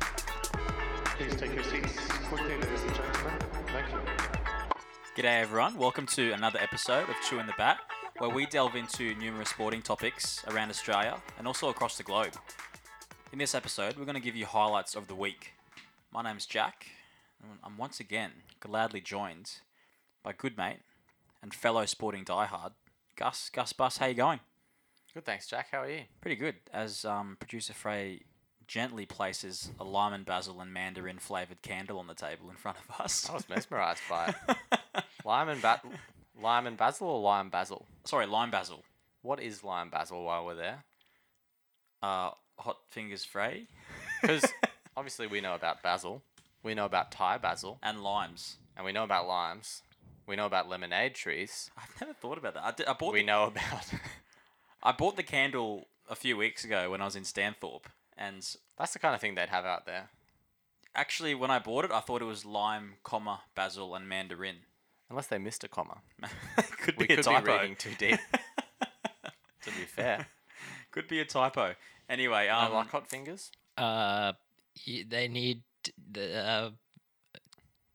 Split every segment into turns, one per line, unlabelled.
Please take your seats quickly, ladies and gentlemen. Thank you.
G'day, everyone. Welcome to another episode of Chewing the Bat, where we delve into numerous sporting topics around Australia and also across the globe. In this episode, we're going to give you highlights of the week. My name's Jack, and I'm once again gladly joined by good mate and fellow sporting diehard, Gus. Gus Bus, how you going?
Good, thanks, Jack. How are you?
Pretty good. As um, producer Frey gently places a lime and basil and mandarin flavored candle on the table in front of us.
I was mesmerised by it. Lime and ba- lime and basil or lime basil?
Sorry, lime basil.
What is lime basil while we're there?
Uh, hot fingers Frey
Because obviously we know about basil, we know about Thai basil,
and limes.
and we know about limes. We know about lemonade trees.
I've never thought about that. I, did, I bought
We
the,
know about.
I bought the candle a few weeks ago when I was in Stanthorpe, and
That's the kind of thing they'd have out there,
actually when I bought it, I thought it was lime, comma basil, and mandarin.
unless they missed a comma.
could
We
be a
could
typo.
be reading too deep. to be fair,
could be a typo. Anyway,
I
um,
like hot fingers.
Uh, y- they need the uh,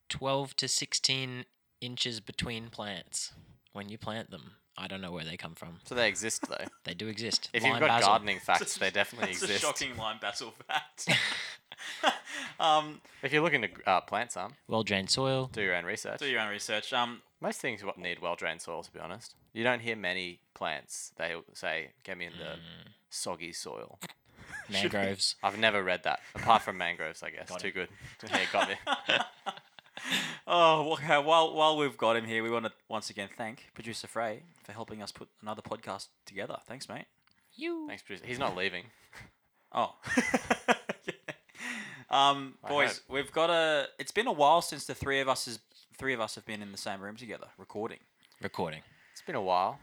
twelve to sixteen inches between plants when you plant them. I don't know where they come from.
So they exist though.
They do exist.
If
Lime
you've got
basil.
gardening facts, they definitely
that's
exist.
a shocking lime basil fact. um,
If you're looking to uh, plant some,
well drained soil.
do your own research.
do your own research. Um,
Most things wa- need well drained soil, to be honest. You don't hear many plants they will say, "Get me in the
Mm.
soggy soil."
Mangroves.
I've never read that apart from mangroves, I guess.
Got
Too good. Yeah, got me.
Oh, well, okay. While while we've got him here, we want to once again thank producer Frey for helping us put another podcast together. Thanks, mate.
you.
Thanks, producer. He's not leaving.
Oh. um,
I
boys, we've got a. It's been a while since the three of us is three of us have been in the same room together recording.
Recording.
It's been a while.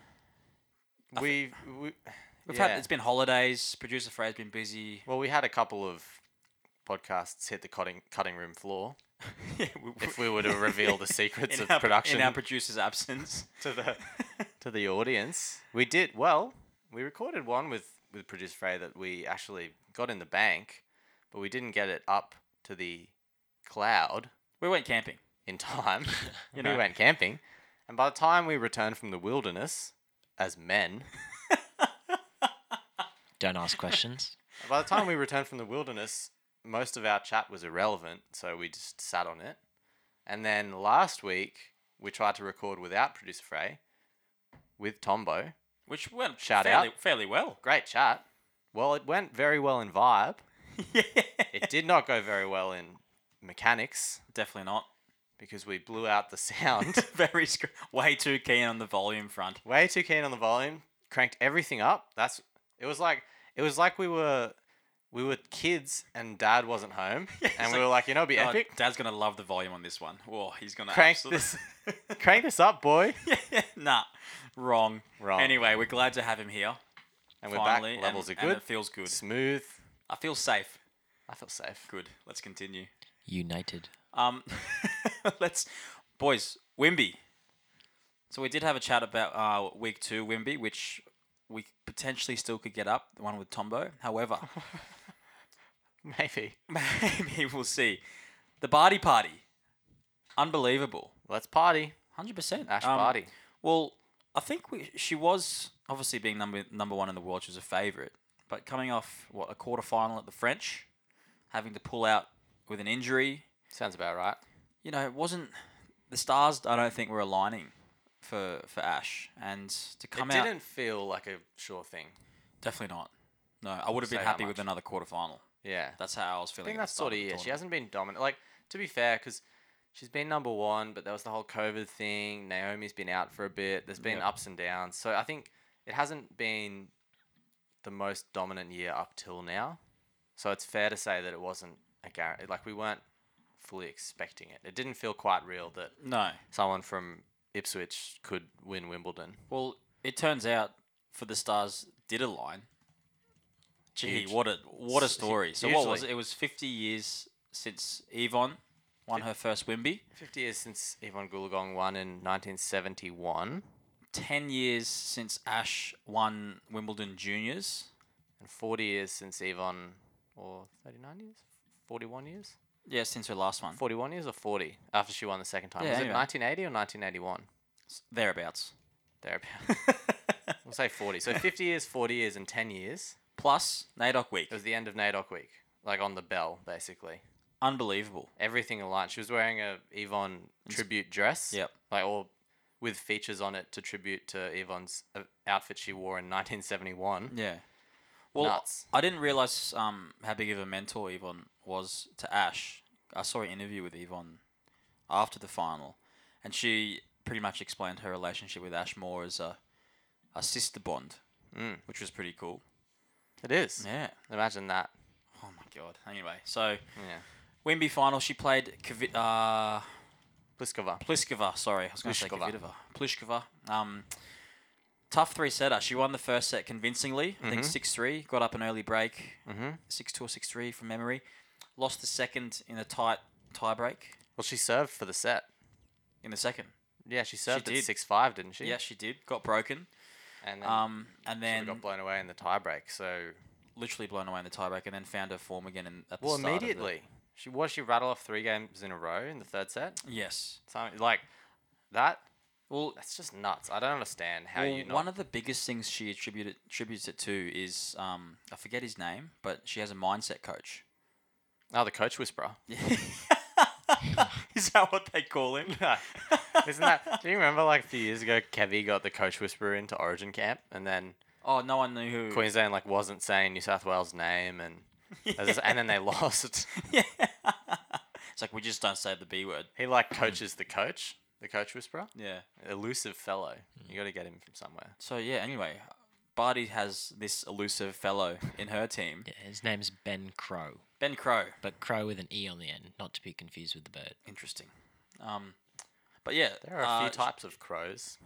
I thi-
We've, we
We've
Yeah.
had it's been holidays. Producer Frey's been busy.
well, we had a couple of podcasts hit the cutting cutting room floor.
Yeah, we-
If we were to reveal the secrets
in
of
our,
production
in our producer's absence.
to the to the audience, we did well. We recorded one with with producer Frey that we actually got in the bank, but we didn't get it up to the cloud
We went camping.
in time.
You
we
know.
went camping, and by the time we returned from the wilderness as men,
Don't ask questions.
by the time we returned from the wilderness, most of our chat was irrelevant, so we just sat on it. And then last week, we tried to record without producer Frey, with Tombo.
Which went
Shout
fairly, fairly well.
Great chat. Well, it went very well in vibe.
yeah.
It did not go very well in mechanics
Definitely not.
because we blew out the sound.
Very sc- way too keen on the volume front.
Way too keen on the volume. Cranked everything up. That's it was like it was like we were we were kids and dad wasn't home and we
like,
were like, you know, it'd be
Oh,
epic.
Dad's gonna love the volume on this one. Whoa, he's gonna
Crank
absolute-
this crank this up, boy.
nah, wrong.
Wrong.
Anyway, we're glad to have him here.
And we're
finally,
back. Levels
and,
are good.
And it feels good.
Smooth.
I feel safe.
I feel safe.
Good. Let's continue.
United.
Um, let's, boys. Wimby. So we did have a chat about uh, week two Wimby, which we potentially still could get up the one with Tombo. However,
Maybe.
maybe we'll see. The Barty Party, unbelievable,
Let's party.
hundred percent.
Ash party.
Well, I think we, she was obviously being number number one in the world. She was a favourite, but coming off what a quarter final at the French, having to pull out with an injury,
Sounds about right.
you know, it wasn't the stars. I don't think were aligning for for Ash, and to come
it
out
didn't feel like a sure thing.
definitely not. No, I would have been
Say how
happy with
much.
another quarter final.
Yeah.
That's how I was feeling.
I think
at the
that's
start
sort of
the
yeah. She
tournament.
hasn't been dominant. Like to be fair, because she's been number one, but there was the whole COVID thing. Naomi's been out for a bit. There's been
Yep.
ups and downs. So I think it hasn't been the most dominant year up till now. So it's fair to say that it wasn't a guarantee. Like we weren't fully expecting it. It didn't feel quite real that
No,
someone from Ipswich could win Wimbledon.
well, it turns out for the stars did align. Gee,
Huge.
what a what a
S- hu-
story! So what was
hugely.
it? It was fifty years since Yvonne won won her first Wimby.
50 years since Yvonne Goolagong won in 1971
10 years since Ash won Wimbledon Juniors.
and 40 years since Yvonne, or 39 years? 41 years?
Yeah, since her last one.
41 years or 40 after she won the second time?
Yeah,
Was
anyway.
it 1980 or 1981?
S- Thereabouts.
Thereabout. we'll say 40. So 50 years, 40 years, and 10 years.
Plus, NAIDOC week.
It was the end of NAIDOC week, like on the bell, basically.
Unbelievable.
Everything aligned. She was wearing a Yvonne tribute dress.
Yep.
Like, or with features on it to tribute to Yvonne's uh, outfit she wore in 1971.
Yeah. Well,
Nuts.
I didn't realize um, how big of a mentor Yvonne was to Ash. I saw an interview with Yvonne after the final, and she pretty much explained her relationship with Ash more as a, a sister bond,
Mm.
which was pretty cool.
It is.
Yeah.
Imagine that.
Oh my god. Anyway, so
Yeah.
Wimby final, she played Kvi- uh,
Pliskova.
Pliskova. Sorry, I was going to say
Pliskova.
Kvitova. Pliskova. Um, tough three setter. She won the first set convincingly. I think
Mhm.
six three. Got up an early break.
Mm-hmm.
six two or six three from memory. Lost the second in a tight tie break
Well, she served for the set.
in the second.
Yeah, she served
did.
at 6 5, didn't she?
Yeah, she did. Got broken.
And then
Um, and
she
then
got blown away in the tiebreak. So
literally blown away in the tie break, and then found her form again in, at the
Well,
start of the-
immediately. She was she rattled off three games in a row in the third set.
yes.
Something like that.
Well,
That's just nuts. I don't understand how
well
you not.
one of the biggest things she attributed attributes it to is um, I forget his name, but she has a mindset coach.
oh, the coach whisperer.
is that what they call him?
Isn't that? do you remember like a few years ago, Kevy got the coach whisperer into Origin camp, and then
Oh, no one knew who.
Queensland like wasn't saying New South Wales name, and as- and then they lost.
Yeah. it's like we just don't say the B word.
He like coaches the coach, the coach whisperer,
Yeah.
elusive fellow. You got to get him from somewhere.
So yeah, anyway, Barty has this elusive fellow in her team,
Yeah, his name's Ben Crow,
Ben Crow.
but Crow with an E on the end, not to be confused with the bird.
Interesting. Um, but yeah,
There are a
uh,
few types of crows.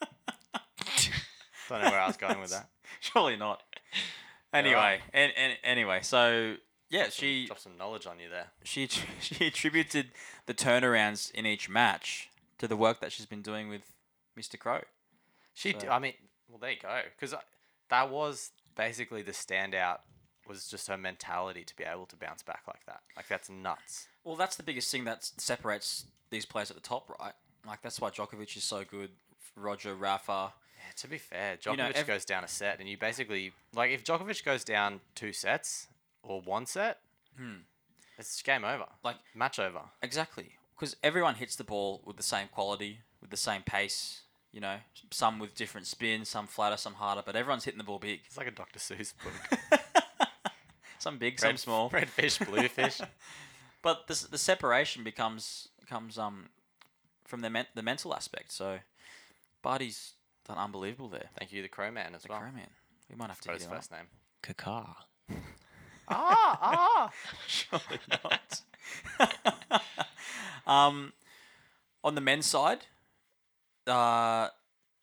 don't know where I was going with that.
Surely not. Anyway, and, and anyway, so yeah, she
Drop some knowledge on you there.
she att- she attributed the turnarounds in each match to the work that she's been doing with Mr. Crow.
She, d
So-
I I mean, well, there you go. Because that was basically the standout was just her mentality to be able to bounce back like that. Like that's nuts.
Well, that's the biggest thing that s- separates these players at the top, right? Like that's why Djokovic is so good. Roger Rafa.
Yeah, to be fair, Djokovic
You know, ev-
goes down a set, and you basically like if Djokovic goes down two sets or one set, Hmm. it's game over.
Like
match over.
Exactly, because everyone hits the ball with the same quality, with the same pace. You know, some with different spin, some flatter, some harder, but everyone's hitting the ball big.
It's like a Dr. Seuss book.
Some big, some small.
Red fish, blue fish.
But the s- the separation becomes comes um from the men- the mental aspect. So, Barty's done unbelievable there.
Thank you, the Crow Man as
The
well.
Crow man, we might have to get
Got his
him on.
first name.
Kaka.
ah, ah.
Surely not. um, on the men's side, uh,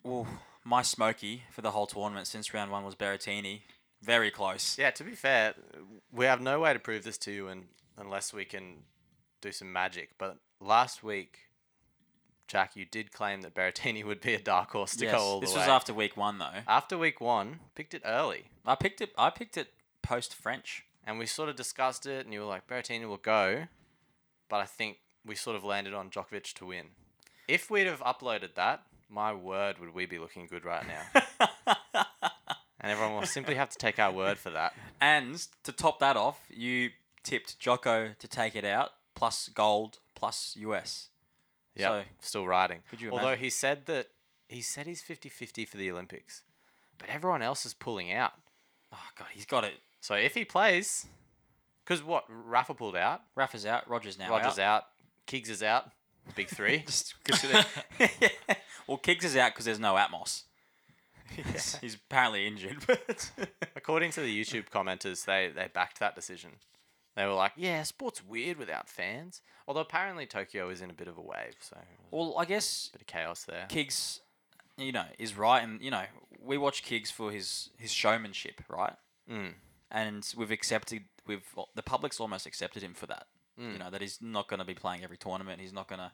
well, my smoky for the whole tournament since round one was Berrettini. Very close.
Yeah, to be fair, we have no way to prove this to you un unless we can do some magic. But last week, Jack, you did claim that Berrettini would be a dark horse to
Yes,
go all
this
the
was
way.
after week one though.
After week one, picked it early,
I picked it. I picked it post French.
and we sort of discussed it, and you were like, Berrettini will go, but I think we sort of landed on Djokovic to win. If we'd have uploaded that, my word, would we be looking good right now? and everyone will simply have to take our word for that.
And to top that off, you tipped Jocko to take it out, plus gold, plus US.
Yeah,
So-
still riding.
Could you
Although
imagine?
he said that he said he's 50-50 for the Olympics, but everyone else is pulling out.
Oh god, he's got it.
So if he plays, because what Rafa pulled out,
Rafa's out. Rogers now.
Rogers out, Kiggs is out, big three.
Just consider. Well, Kiggs is out because there's no Atmos. He's- He's apparently injured, but
According to the YouTube commenters, they they backed that decision. They were like, yeah, sport's weird without fans. Although apparently Tokyo is in a bit of a wave, so a
well, I guess
bit of chaos there.
Kiggs, you know, is right, and you know, we watch Kiggs for his his showmanship, right?
Mm.
And we've accepted, we've the public's almost accepted him for that. You know that he's not going to be playing every tournament. He's not going to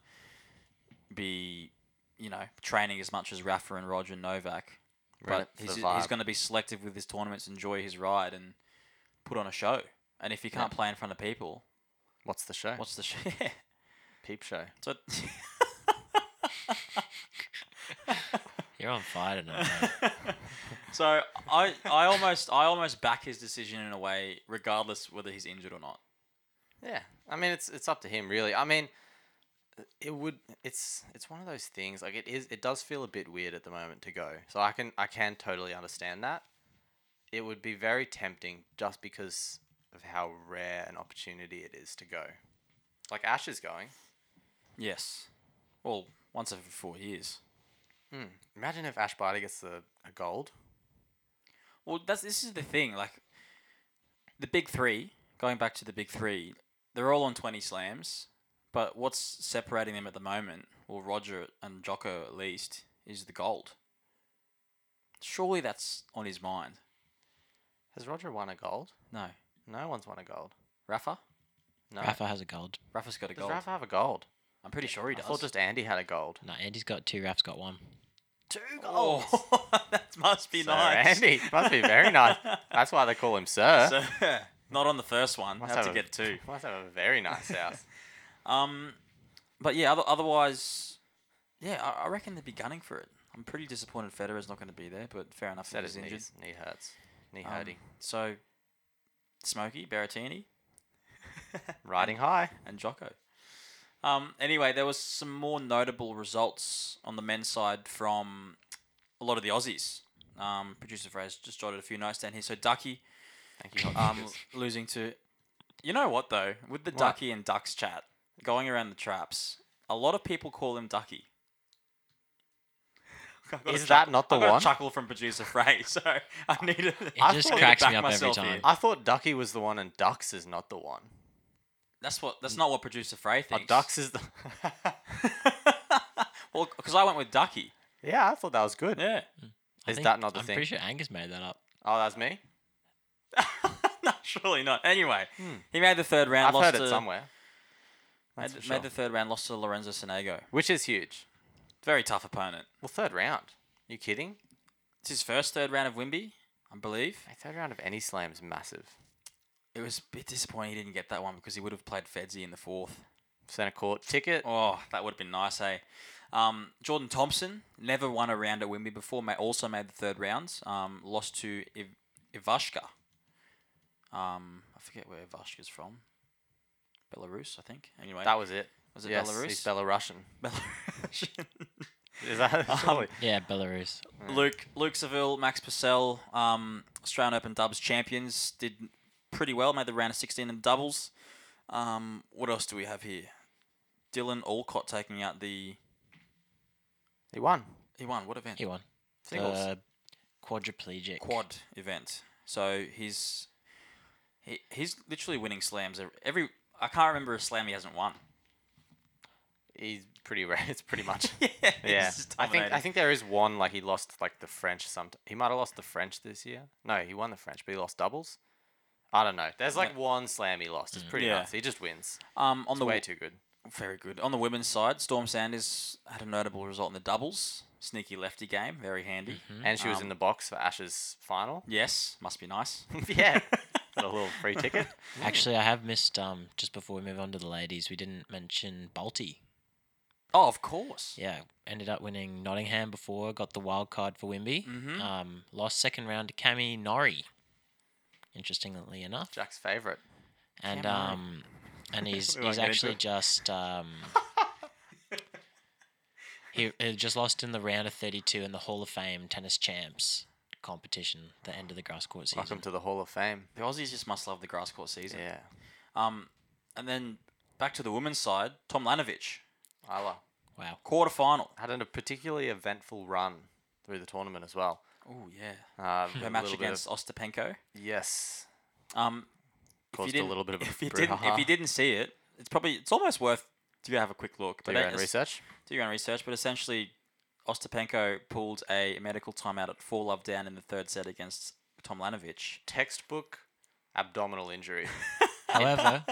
be, you know, training as much as Rafa and Roger and Novak.
Right,
But
for
he's,
the
he's
vibe.
going to be selective with his tournaments, enjoy his ride, and put on a show. And if he can't play in front of people,
What's the show?
what's the show?
Peep show.
so
You're on fire tonight. mate.
so I I almost I almost back his decision in a way, regardless whether he's injured or not.
Yeah, I mean it's it's up to him really. I mean, it would it's it's one of those things like it is it does feel a bit weird at the moment to go. So I can I can totally understand that. It would be very tempting just because of how rare an opportunity it is to go. Like Ash is going.
Yes. Well, once every four years.
Imagine if Ash Barty gets the a gold.
Well, that's this is the thing. Like the big three, going back to the big three, they're all on twenty slams. But what's separating them at the moment, well, Roger and Jocko at least, is the gold. Surely that's on his mind.
Has Roger won a gold?
No,
No one's won a gold.
Rafa.
No.
Rafa has a gold.
Rafa's got a
Does
gold.
Rafa have a gold?
I'm pretty sure he
I
does.
thought just Andy had a gold.
No, Andy's got two. Raf's got one.
two goals. Oh, that must be nice.
Andy must be very nice. That's why they call him Sir.
So, not on the first one.
Must
have to
a-
get two.
Must have a very nice house.
Um, but yeah, other, otherwise, yeah, I, I reckon they'd be gunning for it. I'm pretty disappointed Federer's not going to be there, but fair enough.
Said
That
his
is
knee,
injured.
knee hurts. Knee
Um,
hurting.
so, Smokey, Berrettini,
Riding high.
and Jocko. Um, anyway, there was some more notable results on the men's side from a lot of the Aussies. Um, producer Fraser just jotted a few notes down here. So Ducky
Thank you.
um,
Um,
losing to. You know what though, with the
What?
Ducky and Ducks chat going around the traps, a lot of people call him Ducky. I've got a
Is that not the
I've got a
one?
chuckle from producer Frey, so I needed.
It
I
just
thought-
cracks
back
me up every
myself here.
time.
I thought Ducky was the one and Ducks is not the one.
That's what. That's not what producer Frey
Oh,
thinks.
Ducks is the.
well, because I went with Ducky.
yeah, I thought that was good.
Yeah.
I
Is
think-
that not the
I'm
thing?
pretty sure Angus made that up.
Oh, that's me.
no, surely not. Anyway, he made the third round.
I've
lost
heard
to,
it somewhere.
Made,
That's for
made
sure.
the third round. Lost to Lorenzo Sonego.
Which is huge.
Very tough opponent.
Well, third round. You kidding?
It's his first third round of Wimby, I believe.
A third round of any slam is massive.
It was a bit disappointing he didn't get that one because he would have played Fedzi in the fourth.
Center court ticket.
Oh, that would have been nice, eh? Um, Jordan Thompson never won a round at Wimby before. ma- Also made the third round. Um, lost to Iv- Ivashka. Um, I forget where Ivashka's from. Belarus, I think. Anyway,
That was it.
Was it
yes,
Belarus?
He's Belarusian.
Belarusian.
Is that?
Um,
surely-
Yeah, Belarus.
Mm.
Luke Luke Seville, Max Purcell, um, Australian Open Dubs champions did pretty well. Made the round of sixteen in doubles. Um, what else do we have here? Dylan Alcott taking out the
he won.
he won what event?
He won.
Singles.
The Uh, quadriplegic.
Quad event. So he's he, he's literally winning slams ev- every. I can't remember a slam he hasn't won.
He's pretty rare. It's pretty much.
yeah,
Yeah,
he's just
I think I
dominating.
think there is one like he lost like the French. Some he might have lost the French this year. No, he won the French, but he lost doubles. I don't know. There's like one slam he lost. It's pretty
Yeah.
nuts. He just wins.
um on
It's
the
way
way
too good.
Very good. On the women's side, Storm Sanders had a notable result in the doubles. Sneaky lefty game, very handy.
And she was in the box for Ash's final.
Yes, must be nice.
yeah, got a little free ticket.
Actually, I have missed. Um, just before we move on to the ladies, we didn't mention Balti.
Oh, of course.
Yeah, ended up winning Nottingham before. Got the wild card for Wimby.
Mm-hmm.
Um, lost second round to Cami Norrie. Interestingly enough,
Jack's favorite.
and
Cam Norrie.
um, and he's
We won't
he's
get into
actually
it.
just um. He, he just lost in the round of 32 in the Hall of Fame Tennis Champs competition, the end of the grass court season.
Welcome to the Hall of Fame.
The Aussies just must love the grass court season.
Yeah,
Um, and then back to the women's side, Tom Lanovich,
Isla
Wow.
quarterfinal.
had a particularly eventful run through the tournament as well.
Oh yeah.
Uh, a
Her match
little bit of-
against Ostapenko.
yes,
Um, if you
caused a
didn't-
little bit of a
if you didn't if you
brouhaha.
didn't see it, it's probably it's almost worth do you have a quick look.
do your own
it's-
research.
do your own research, but essentially, Ostapenko pulled a medical timeout at four love down in the third set against Tom Lanovich.
textbook abdominal injury.
However,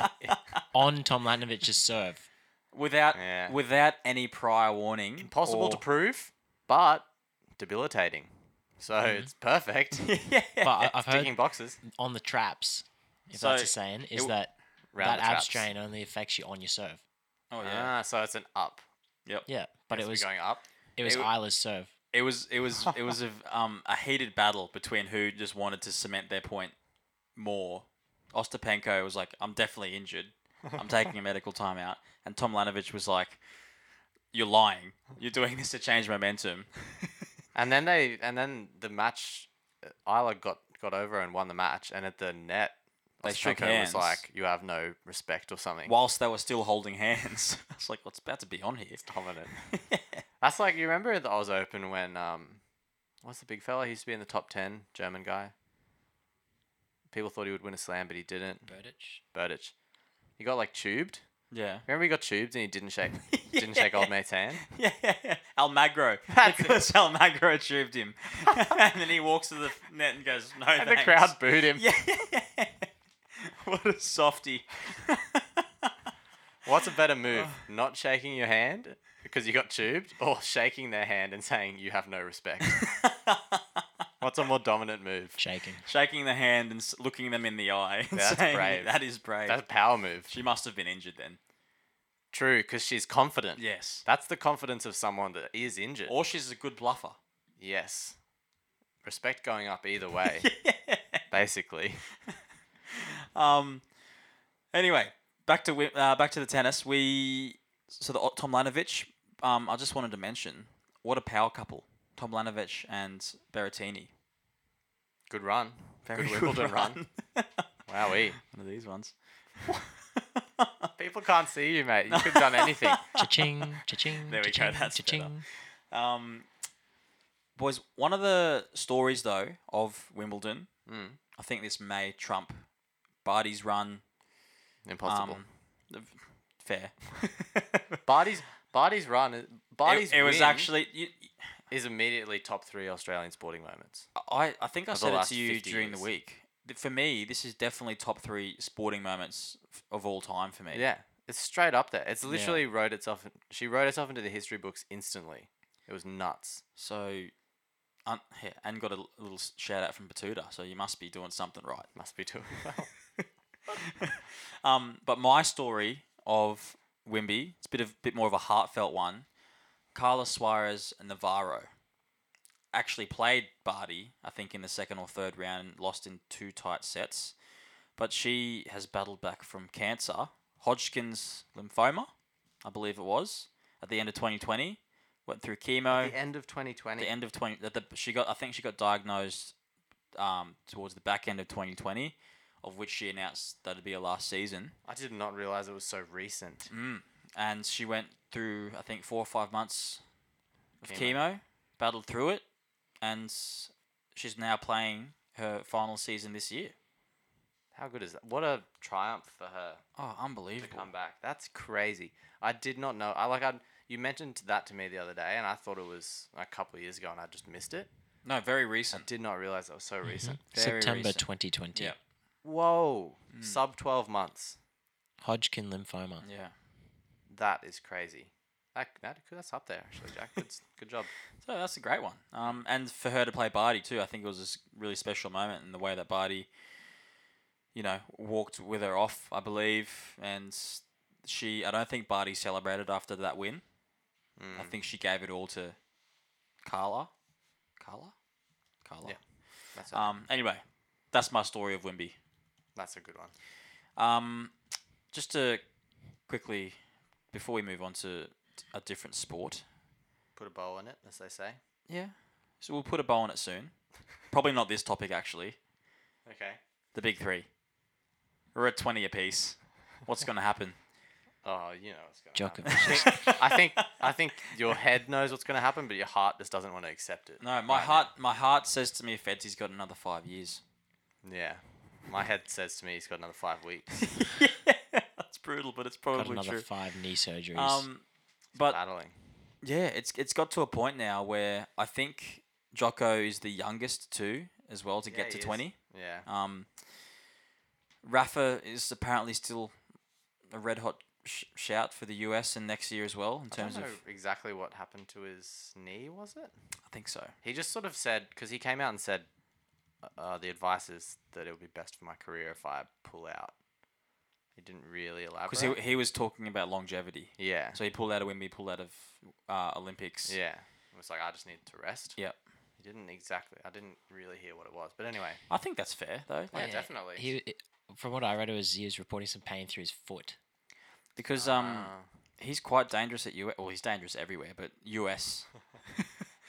on Tom Latinovich's serve,
without
Yeah.
without any prior warning.
Impossible
or-
to prove, but debilitating. So it's perfect.
Mhm. yeah.
but I, I've
Ticking
heard
boxes.
on the traps, if
So,
that's a saying, is
it w-
that
Round
that
the
ab
traps.
strain only affects you on your serve.
oh yeah.
Ah, so it's an up.
Yeah, but
Yes,
it
we're
was
going up.
it was
it w-
Isla's serve.
It was it was it was a um a heated battle between who just wanted to cement their point more. Ostapenko was like, "I'm definitely injured. I'm taking a medical timeout," and Tom Lanovich was like, "You're lying. You're doing this to change momentum."
And then they and then the match uh, Isla got got over and won the match and at the net
They shook
Ostapenko
hands.
was like you have no respect or something.
Whilst they were still holding hands, I was like, "What's about to be on here?"
dominant. That's like you remember the Oz Open when um, what's the big fella? He used to be in the top ten, German guy. People thought he would win a slam, but he didn't.
Burditch.
Burditch. He got like tubed.
yeah.
Remember he got tubed and he didn't shake didn't shake old mate's hand.
Yeah, Almagro.
That's it.
Nicholas Almagro tubed him, and then he walks to the net and goes, "No."
And
thanks."
the crowd booed him.
Yeah. what a softy.
What's a better move? Not shaking your hand because you got tubed, or shaking their hand and saying you have no respect. What's a more dominant move?
Shaking.
Shaking the hand and s- looking them in the eye. and
That's
saying,
brave.
That is brave.
That's a power move.
She must have been injured then.
True, because she's confident.
Yes.
That's the confidence of someone that is injured.
Or she's a good bluffer.
Yes. Respect going up either way, basically.
Um. Anyway, back to wi- uh, back to the tennis. We so the Tom Lanovich. Um, I just wanted to mention what a power couple Tom Lanovich and Berrettini.
Good run.
Very
good Wimbledon run. Wowee.
One of these ones.
People can't see you, mate. You could have done anything.
Cha-ching, cha-ching.
There we go,
cha-ching,
that's better.
cha-ching.
Um, boys, one of the stories though of Wimbledon,
Mm.
I think this may trump Barty's run.
Impossible.
Um, the- fair.
Barty's Barty's run, is- Barty's
it, it was
win
actually. You,
is immediately top three Australian sporting moments.
I I think I
Of the
said it
last
to you
50
during the
years.
week. Th- For me, this is definitely top three sporting moments f- of all time for me.
Yeah, it's straight up there. It's literally wrote itself. She wrote herself into the history books instantly. It was nuts.
So, un- yeah, and got a l- little s- shout out from Batuta. So you must be doing something right.
Must be doing well.
Um, but my story of Wimby, it's a bit of bit more of a heartfelt one. Carlos Suarez and Navarro actually played Barty, I think, in the second or third round and lost in two tight sets. But she has battled back from cancer, Hodgkin's lymphoma, I believe it was, at the end of 2020. Went through chemo
the end of 2020.
the end of 20 that the, she got i think she got diagnosed um, towards the back end of 2020 of which she announced that it'd be her last season
I did not realize it was so recent.
Mm-hmm. and she went through i think four or five months of chemo,
Chemo.
battled through it and s- she's now playing her final season this year
How good is that? What a triumph for her.
oh unbelievable
Come back. That's crazy. I did not know. I like. I you mentioned that to me the other day, and I thought it was a couple of years ago, and I just missed it.
no very recent
Did not realize that was
Mm-hmm.
so recent.
Very
September
recent.
2020.
yeah
Whoa,
Hmm.
sub twelve months.
Hodgkin lymphoma.
yeah
That is crazy. That, that that's up there actually, Jack. Good, s- good job.
So that's a great one. Um, and for her to play Barty too, I think it was a s- really special moment in the way that Barty, you know, walked with her off, I believe. And she, I don't think Barty celebrated after that win. I think she gave it all to Carla. Carla? Carla.
Yeah. That's a,
Um, anyway, that's my story of Wimby.
that's a good one.
Um, just to quickly, before we move on to a different sport,
Put a bow on it, as they say.
Yeah. So we'll put a bow on it soon. Probably not this topic, actually.
Okay.
The big three. We're at 20 apiece. What's going to happen?
Oh, you know what's going.
Djokovic.
I
is-
think, I think I think your head knows what's going to happen, but your heart just doesn't want to accept it.
No, my
right
heart my heart says to me Fedsy's got another five years.
now. Yeah. My head says to me he's got another five weeks.
That's brutal, but it's
Got
probably
another
true.
five knee surgeries.
Um, but
battling.
yeah, it's it's got to a point now where I think Jocko is the youngest too as well to
Yeah,
get
he
to
is.
20.
Yeah.
Um, Rafa is apparently still a red hot sh- shout for the US and next year as well in
I don't
terms
know
of.
exactly what happened to his knee, was it?
I think so.
He just sort of said because he came out and said, uh, "The advice is that it would be best for my career if I pull out." He didn't really elaborate.
Because he, he was talking about longevity.
yeah,
So he pulled out of Wimby, pulled out of uh, Olympics.
yeah. It was like I just need to rest.
Yep.
He didn't exactly. I didn't really hear what it was, but anyway,
I think that's fair though, like,
Yeah, definitely.
He, it- from what I read, it was he was reporting some pain through his foot.
because um
uh,
he's quite dangerous at US. Well, he's dangerous everywhere, but US,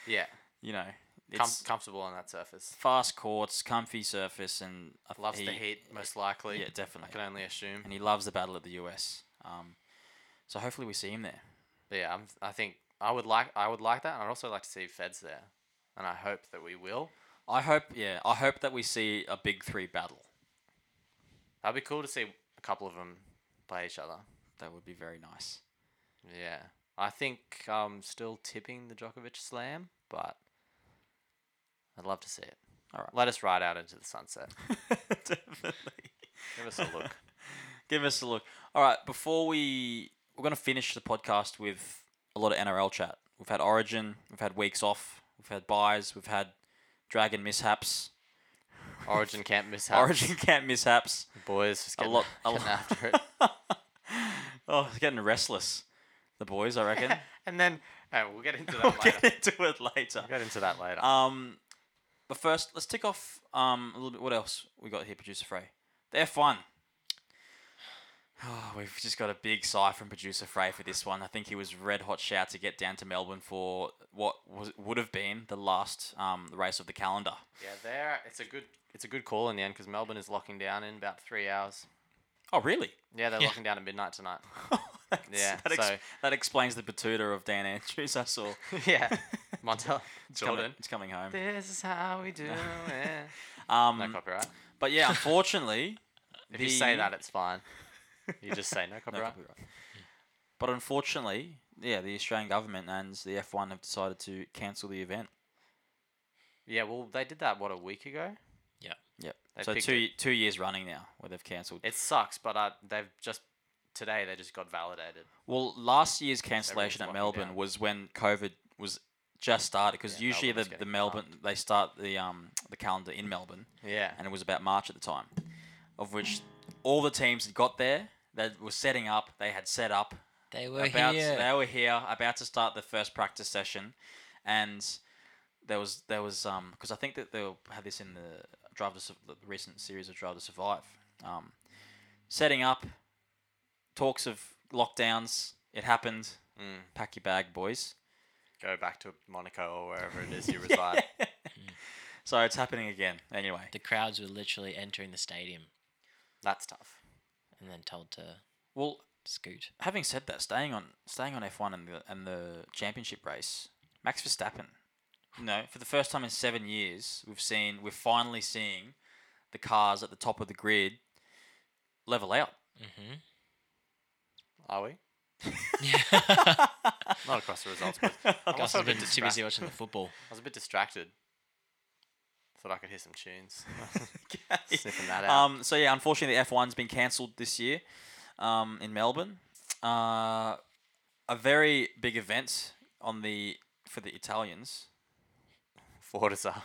yeah,
you know,
com-
it's
comfortable on that surface.
fast courts, comfy surface, and I th-
Loves the
he-
heat, most likely.
Yeah, definitely.
I can only assume.
And he loves the battle at the US. Um, so hopefully we see him there.
But yeah, I'm, I think I would like I would like that, and I'd also like to see Feds there, and I hope that we will.
I hope, yeah, I hope that we see a big three battle.
That'd be cool to see a couple of them play each other.
That would be very nice.
Yeah, I think I'm still tipping the Djokovic slam, but I'd love to see it.
All right.
Let us ride out into the sunset.
definitely.
Give us a look.
Give us a look. All right, before we we're gonna finish the podcast with a lot of NRL chat. We've had Origin, we've had weeks off, we've had buys, we've had Dragon mishaps,
Origin camp mishap.
Origin camp mishaps.
boys just
A
getting,
lot- a
getting
lot-
after it.
Oh, it's getting restless. The boys, I reckon.
and then uh, we'll get into that
we'll
later.
get into it later.
We'll get into that later.
Um, but first, let's tick off um a little bit. What else we got here, producer Frey? The F one. Oh, we've just got a big sigh from producer Frey for this one. I think he was red hot shout to get down to Melbourne for what was would have been the last um race of the calendar.
yeah, there. It's a good. It's a good call in the end because Melbourne is locking down in about three hours.
Oh, really?
Yeah, they're
Yeah.
locking down at midnight tonight.
That's-
Yeah,
That, ex-
so-
that explains the batuta of Dan Andrews. I saw.
yeah, Montel
It's coming-
Jordan.
it's coming home.
This is how we do it.
Um,
No copyright.
but yeah, unfortunately,
If you say
the-
that, it's fine. You just say no
No
copyright.
copyright. But unfortunately, yeah, the Australian government and the F1 have decided to cancel the event.
Yeah, well, they did that what a week ago.
Yep.
They
so
picked
two two years running now where they've cancelled.
It sucks, but uh, they've just today they just got validated.
Well, last year's cancellation at
locking
Melbourne
down.
was when COVID was just started because
Yeah,
usually
Melbourne was
the, the
getting
Melbourne they start the um the calendar in Melbourne
Yeah,
and it was about March at the time, of which all the teams had got there. They were setting up. They had set up.
They were
about
here.
they were here about to start the first practice session and there was there was um because I think that they'll have this in the drive to Sur- the recent series of drive to survive um setting up talks of lockdowns it happened
Mm.
pack your bag boys
go back to Monaco or wherever it is you reside.
so it's happening again anyway
the crowds were literally entering the stadium
That's tough.
and then told to
well
scoot.
having said that staying on staying on F1 and the and the championship race Max Verstappen you know for the first time in 7 years we've seen we're finally seeing the cars at the top of the grid level out
Mm-hmm.
Are we?
Yeah.
Not across the results, but I'm
Gus
also a bit
has been too busy
distracted.
watching the football.
I was a bit distracted. Thought I could hear some tunes. Sniffing that out.
Um, so yeah, unfortunately, F one's been cancelled this year um, in Melbourne. Uh, a very big event on the for the Italians.
Forza.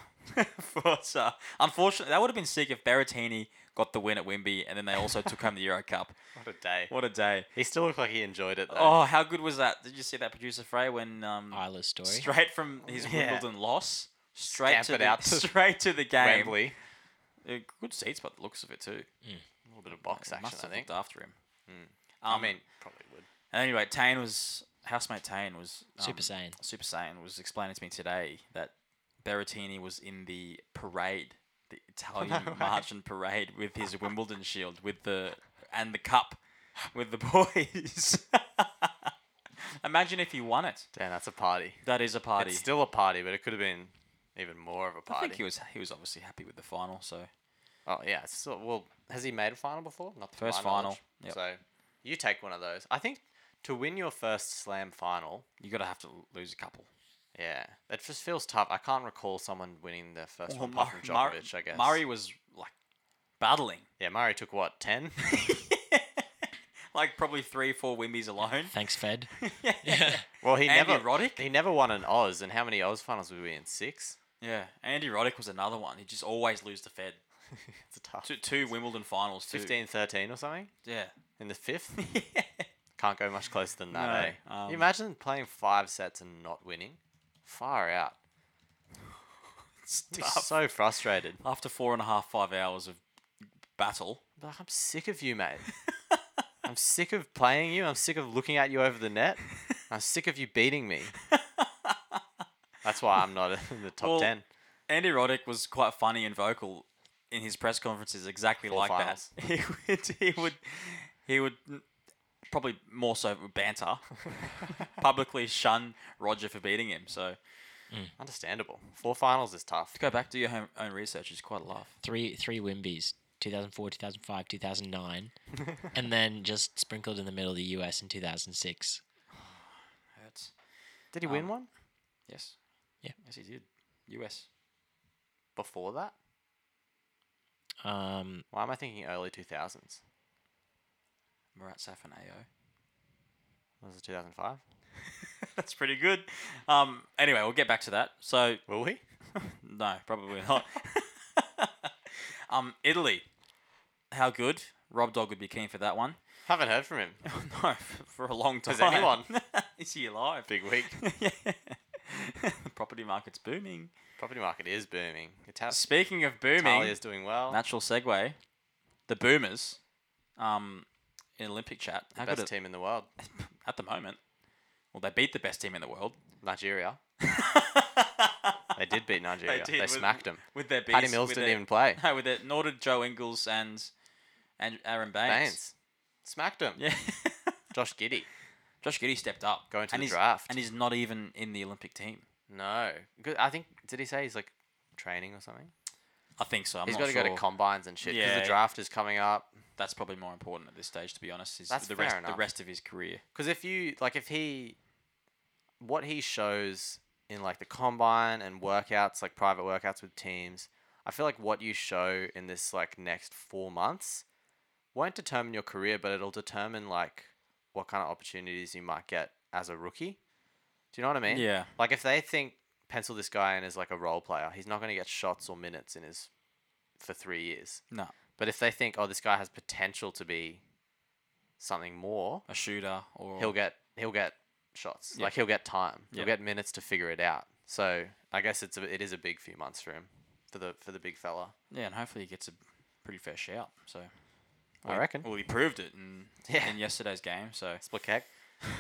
Forza. uh, Unfortunately, that would have been sick if Berrettini got the win at Wimby, and then they also took home the Euro Cup.
What a day.
What a day!
He still looked like he enjoyed it though.
Oh, how good was that? Did you see that producer Frey when um,
Isla's story.
straight from his
Yeah.
Wimbledon loss, straight
Stamp
to
it
the,
out to
straight to the game.
Wembley.
Uh, Good seats, but the looks of it too.
A little bit of box
They
action,
must
I
have
think. Hmm.
looked after him.
I
Um,
mean, probably would.
And anyway, Tane was housemate Tane was
Super
um,
Saiyan.
Super Saiyan was explaining to me today that Berrettini was in the parade, the Italian march and parade with his Wimbledon shield with the and the cup with the boys. Imagine if he won it.
Damn, that's a party.
That is a party.
It's still a party, but it could have been even more of a
I
party.
think he was he was obviously happy with the final, so
Oh yeah, it's still well. Has he made a final before? Not the
First final, yep.
So you take one of those. I think to win your first slam final,
you gotta have to l- lose a couple.
yeah, that just feels tough. I can't recall someone winning their first one apart from Djokovic. I guess
Murray was like battling.
Yeah, Murray took what ten?
like probably three, four Wimbies alone.
Thanks, Fed.
yeah.
Yeah.
Well, he
Andy
never
Roddick?
he never won an Oz, and how many Oz finals were we in? Six.
Andy Roddick was another one. He just always lose the Fed.
It's a tough.
Two, two Wimbledon finals. Too.
15, 13 or something
Yeah.
in the fifth. Can't go much closer than that,
No,
eh?
um,
you imagine playing five sets and not winning? Far out.
It's
Be
tough.
so frustrated.
After four and a half, five hours of battle.
Like, I'm sick of you, mate. I'm sick of playing you. I'm sick of looking at you over the net. I'm sick of you beating me. That's why I'm not in the top
Well,
10.
Andy Roddick was quite funny and vocal in his press conferences, exactly
Four
like
finals.
that. He would, he would, he would n- probably more so banter, publicly shun Roger for beating him. So
Understandable. Four finals is tough.
to go back to your home, own research, it's quite a laugh.
Three three Wimbies, 2004, 2005, 2009, and then just sprinkled in the middle of the US in 2006.
Hurts.
Did he win
Um,
one
Yes.
Yeah.
Yes, he did. U.S.
before that?
Um,
Why am I thinking early 2000s?
Murat Saf and AO.
Was it 2005?
That's pretty good. Um. Anyway, we'll get back to that. So
Will we?
No, probably not. um, Italy. How good? Rob Dog would be keen for that one.
Haven't heard from him.
no, for a long time.
Has anyone?
Is he alive?
Big week.
the property market's booming.
Property market is booming. Ital-
Speaking of booming,
Italy is doing well.
natural segue. The Boomers, um, in Olympic chat, how good
Best
are-
team in the world.
at the moment? Well, they beat the best team in the world.
Nigeria. They did beat Nigeria. They,
did with-
smacked them.
with their
Paddy
beasts,
Mills
with
didn't
their-
even play.
No, with it, nor did Joe Ingles and and Aaron Baines.
Baines. Smacked him.
Yeah.
Josh Giddy.
Josh Giddy stepped up.
Going to
and
the
he's,
draft.
And he's not even in the Olympic team.
No. Good. I think, did he say he's like training or something?
I think so. I'm
he's
not
got to
sure.
go to combines and shit because
Yeah.
the draft is coming up.
That's probably more important at this stage, to be honest. Is
That's
the
fair
rest the
enough.
rest of his career.
Because if you, like, if he, what he shows in like the combine and workouts, like private workouts with teams, I feel like what you show in this like next four months won't determine your career, but it'll determine like what kind of opportunities you might get as a rookie. Do you know what I mean?
Yeah.
Like if they think pencil this guy in as like a role player, he's not going to get shots or minutes in his for three years.
No.
But if they think, oh, this guy has potential to be something more,
A shooter or
he'll get he'll get shots.
Yeah.
Like he'll get time. He'll
Yeah.
get minutes to figure it out. So I guess it's a, it is a big few months for him for the for the big fella.
Yeah, and hopefully he gets a pretty fair shout. So
I reckon.
Well he proved it in,
Yeah.
in yesterday's game, so
Split cake.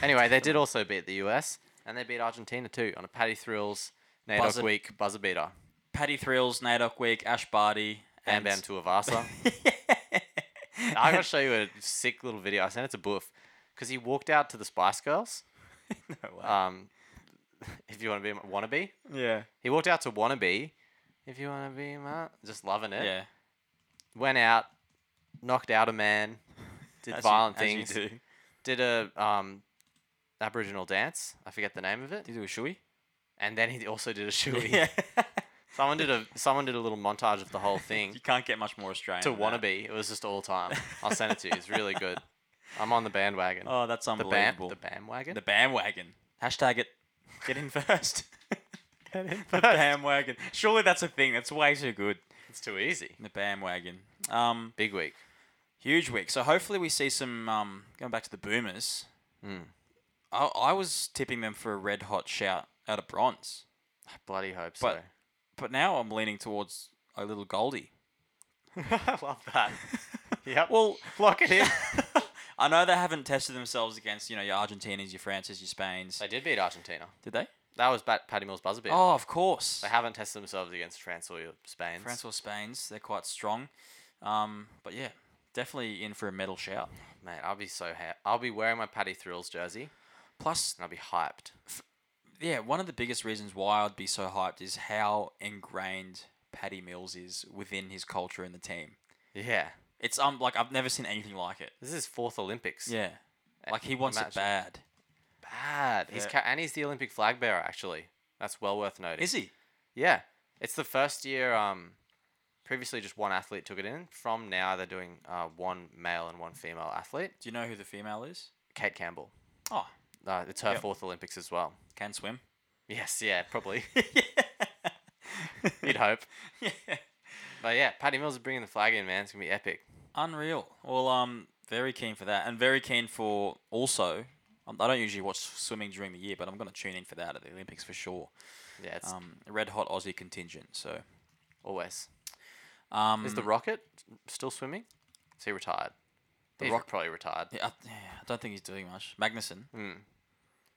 Anyway, they did also beat the US and they beat Argentina too on a Paddy Thrills Nate
Buzzer-
Week buzzer beater.
Paddy Thrills, Nate Week, Ash Barty,
Bam
and
Bam Tuivasa. I gotta
and-
show you a sick little video. I sent it to Boof because he walked out to the Spice Girls.
No way.
Um, if you want to be my wannabe,
yeah.
he walked out to wannabe. If you want to be my, just loving it.
Yeah.
Went out, knocked out a man, did
As you-
violent
as you
things,
do.
did a um, Aboriginal dance. I forget the name of it.
Did you do a shoey?
And then he also did a shoey.
Yeah.
Someone did a someone did a little montage of the whole thing
you can't get much more Australian.
to
than that.
wannabe. It was just all time. I'll send it to you. It's really good. I'm on the bandwagon.
Oh, that's
the bam,
unbelievable.
the bandwagon.
The bandwagon. Hashtag it. Get in first. the
first.
bandwagon. Surely that's a thing. That's way too good.
It's too easy.
The bandwagon. Um,
Big week.
huge week. So hopefully we see some. Um, going back to the Boomers.
Hmm.
I, I was tipping them for a red hot shout out of bronze,
I bloody hope
But- but now I'm leaning towards a little Goldie.
so. I love that. Yep.
Well,
lock it in.
I know they haven't tested themselves against you know your Argentinas, your Frances, your Spains.
they did beat Argentina.
Did they?
That was Bat- Paddy Mills buzzer beater.
Oh, of course.
They haven't tested themselves against France or Spain.
France or Spain's, they're quite strong. Um, but yeah, definitely in for a medal shout.
Mate, I'll be so ha- I'll be wearing my Paddy Thrills jersey
Plus,
and I'll be hyped.
yeah, one of the biggest reasons why I'd be so hyped is how ingrained Paddy Mills is within his culture and the team.
Yeah.
It's um like I've never seen anything like it.
This is his fourth Olympics.
Yeah, like he wants it
Imagine.
bad.
Bad. He's
Yeah.
ca- and he's the Olympic flag bearer actually. That's well worth noting.
Is he?
Yeah. It's the first year um Previously, just one athlete took it in. From now, they're doing uh, one male and one female athlete.
Do you know who the female is?
Kate Campbell.
Oh,
Uh, it's her
Yep.
fourth Olympics as well.
can swim.
Yes, yeah, probably. You'd hope. But yeah, Paddy Mills is bringing the flag in, man. It's going to be epic.
Unreal. Well, um, very keen for that, and very keen for also. um, I don't usually watch swimming during the year, but I'm going to tune in for that at the Olympics for sure.
Yeah, it's
Um, red hot Aussie contingent. So,
always.
um,
Is the Rocket still swimming? Is he retired?
The
he's
Rock-
probably retired.
yeah, I, yeah, I don't think he's doing much. Magnuson.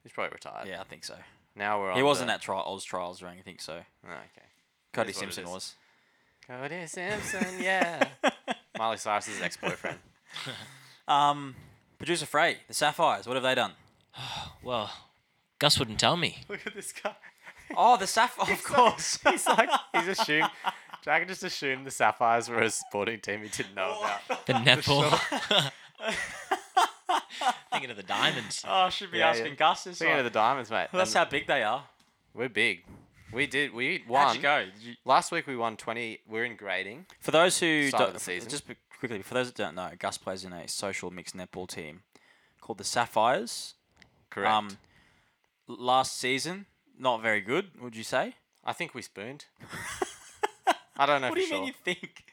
He's probably retired.
Yeah, I think so.
Now we're on.
He wasn't
the-
at trial, Oz trials or anything. So
Oh, okay.
Cody
is what it
Simpson
is.
was.
Cody Simpson, yeah. Miley Cyrus's ex-boyfriend.
Um, producer Frey, the Sapphires. What have they done?
Well, Gus wouldn't tell me.
Look at this guy.
Oh, the Sapphires. Of course.
He's like, he's assumed. I can just assume the Sapphires were a sporting team he didn't know about.
The netball. Thinking of the diamonds.
oh, I should be
Yeah, yeah.
asking Gus this
Speaking
one.
of the Diamonds, mate,
That's how
and
big they are.
we're big. We did. We
How'd
won.
you go? Did you-
Last week we won twenty. We're in grading.
For those who
Start of
don't,
the season.
just b- quickly, for those that don't know, Gus plays in a social mixed netball team called the Sapphires.
Correct.
l- Um, last season, not very good, would you say?
I think we spooned. I don't know
What
for
do you
sure.
mean you think?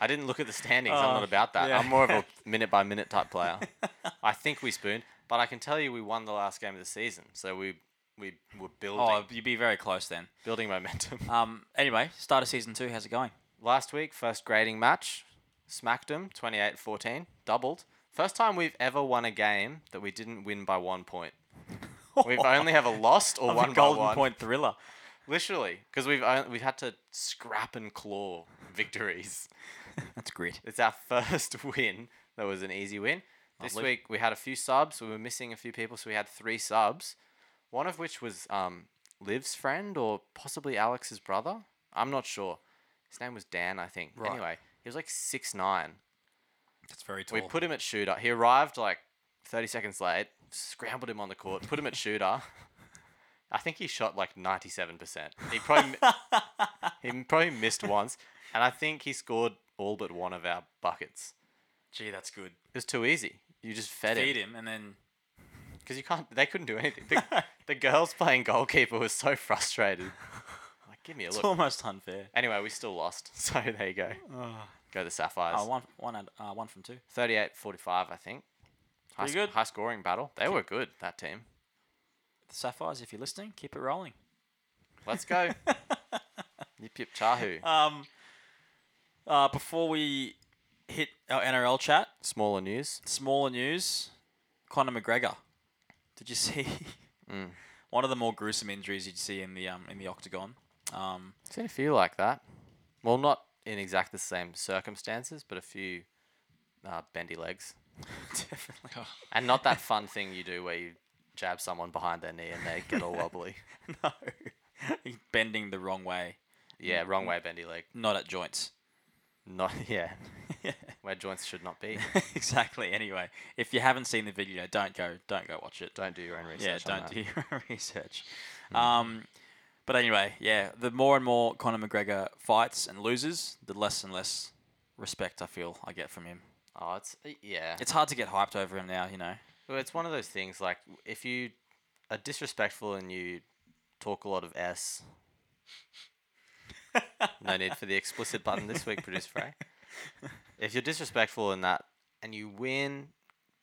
I didn't look at the standings. I'm
Oh,
not about that.
yeah.
I'm more of a minute by minute type player. I think we spooned, but I can tell you we won the last game of the season. So we we were building
Oh, you'd be very close then.
building momentum.
Um, anyway, start of season two. How's it going?
last week, first grading match, smacked them 28-14, doubled. First time we've ever won a game that we didn't win by one point. We've only ever lost or
Oh. Of
won
a
by
golden
one.
point thriller.
Literally, because we've only, we've had to scrap and claw victories.
That's grit.
It's our first win. That was an easy win. This
Lovely.
week we had a few subs. We were missing a few people, so we had three subs. One of which was um, Liv's friend or possibly Alex's brother. I'm not sure. His name was Dan, I think.
Right.
Anyway, he was like six nine.
That's very tall.
We put him at shooter. He arrived like 30 seconds late. Scrambled him on the court. Put him at shooter. I think he shot like 97%. He probably he probably missed once, and I think he scored all but one of our buckets.
Gee, that's good.
It was too easy. You just fed
Feed
it
him and then.
because you can't. They couldn't do anything. The, the girls playing goalkeeper was so frustrated. Like, give me a
It's
look.
almost unfair.
Anyway, we still lost. So there you go. Go the Sapphires.
Oh, one, one, ad- uh, one from two.
38-45, I think. High,
Pretty
sc-
good.
high scoring battle. They were good. That team.
The Sapphires, if you're listening, keep it rolling.
Let's go. yip yip chahu.
Um, uh, before we hit our NRL chat,
Smaller news.
smaller news: Conor McGregor. Did you see
Mm.
one of the more gruesome injuries you'd see in the um, in the octagon? Um,
Seen a few like that. Well, not in exactly the same circumstances, but a few uh, bendy legs.
definitely.
And not that fun thing you do where you jab someone behind their knee and they get all wobbly.
no, He's bending the wrong way,
Yeah, wrong way, bendy leg.
not at joints.
Not yeah, where joints should not be.
exactly. Anyway, if you haven't seen the video, don't go. Don't go watch it.
Don't do your own research.
yeah,
on
don't
that.
do your own research. Um, but anyway, yeah, the more and more Conor McGregor fights and loses, the less and less respect I feel I get from him.
Oh, it's yeah. It's
It's hard to get hyped over him now, you know.
it's one of those things like if you are disrespectful and you talk a lot of s. no need for the explicit button this week, producer Frey. If you're disrespectful in that and you win,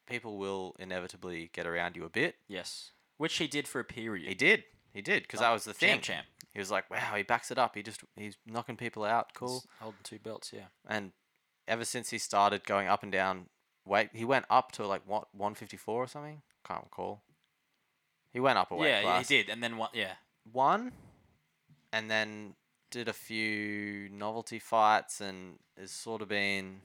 people will inevitably get around you a bit.
Yes, which he did for a period.
He did. He did because that was the thing.
Champ, champ,
He was like, "Wow, he backs it up. He just he's knocking people out. Cool."
holding two belts. Yeah,
And ever since he started going up and down weight, he went up to like what 154 or something. Can't recall. He went up a weight
yeah,
class.
he did, and then what? Yeah,
One, and then did a few novelty fights, and has sort of been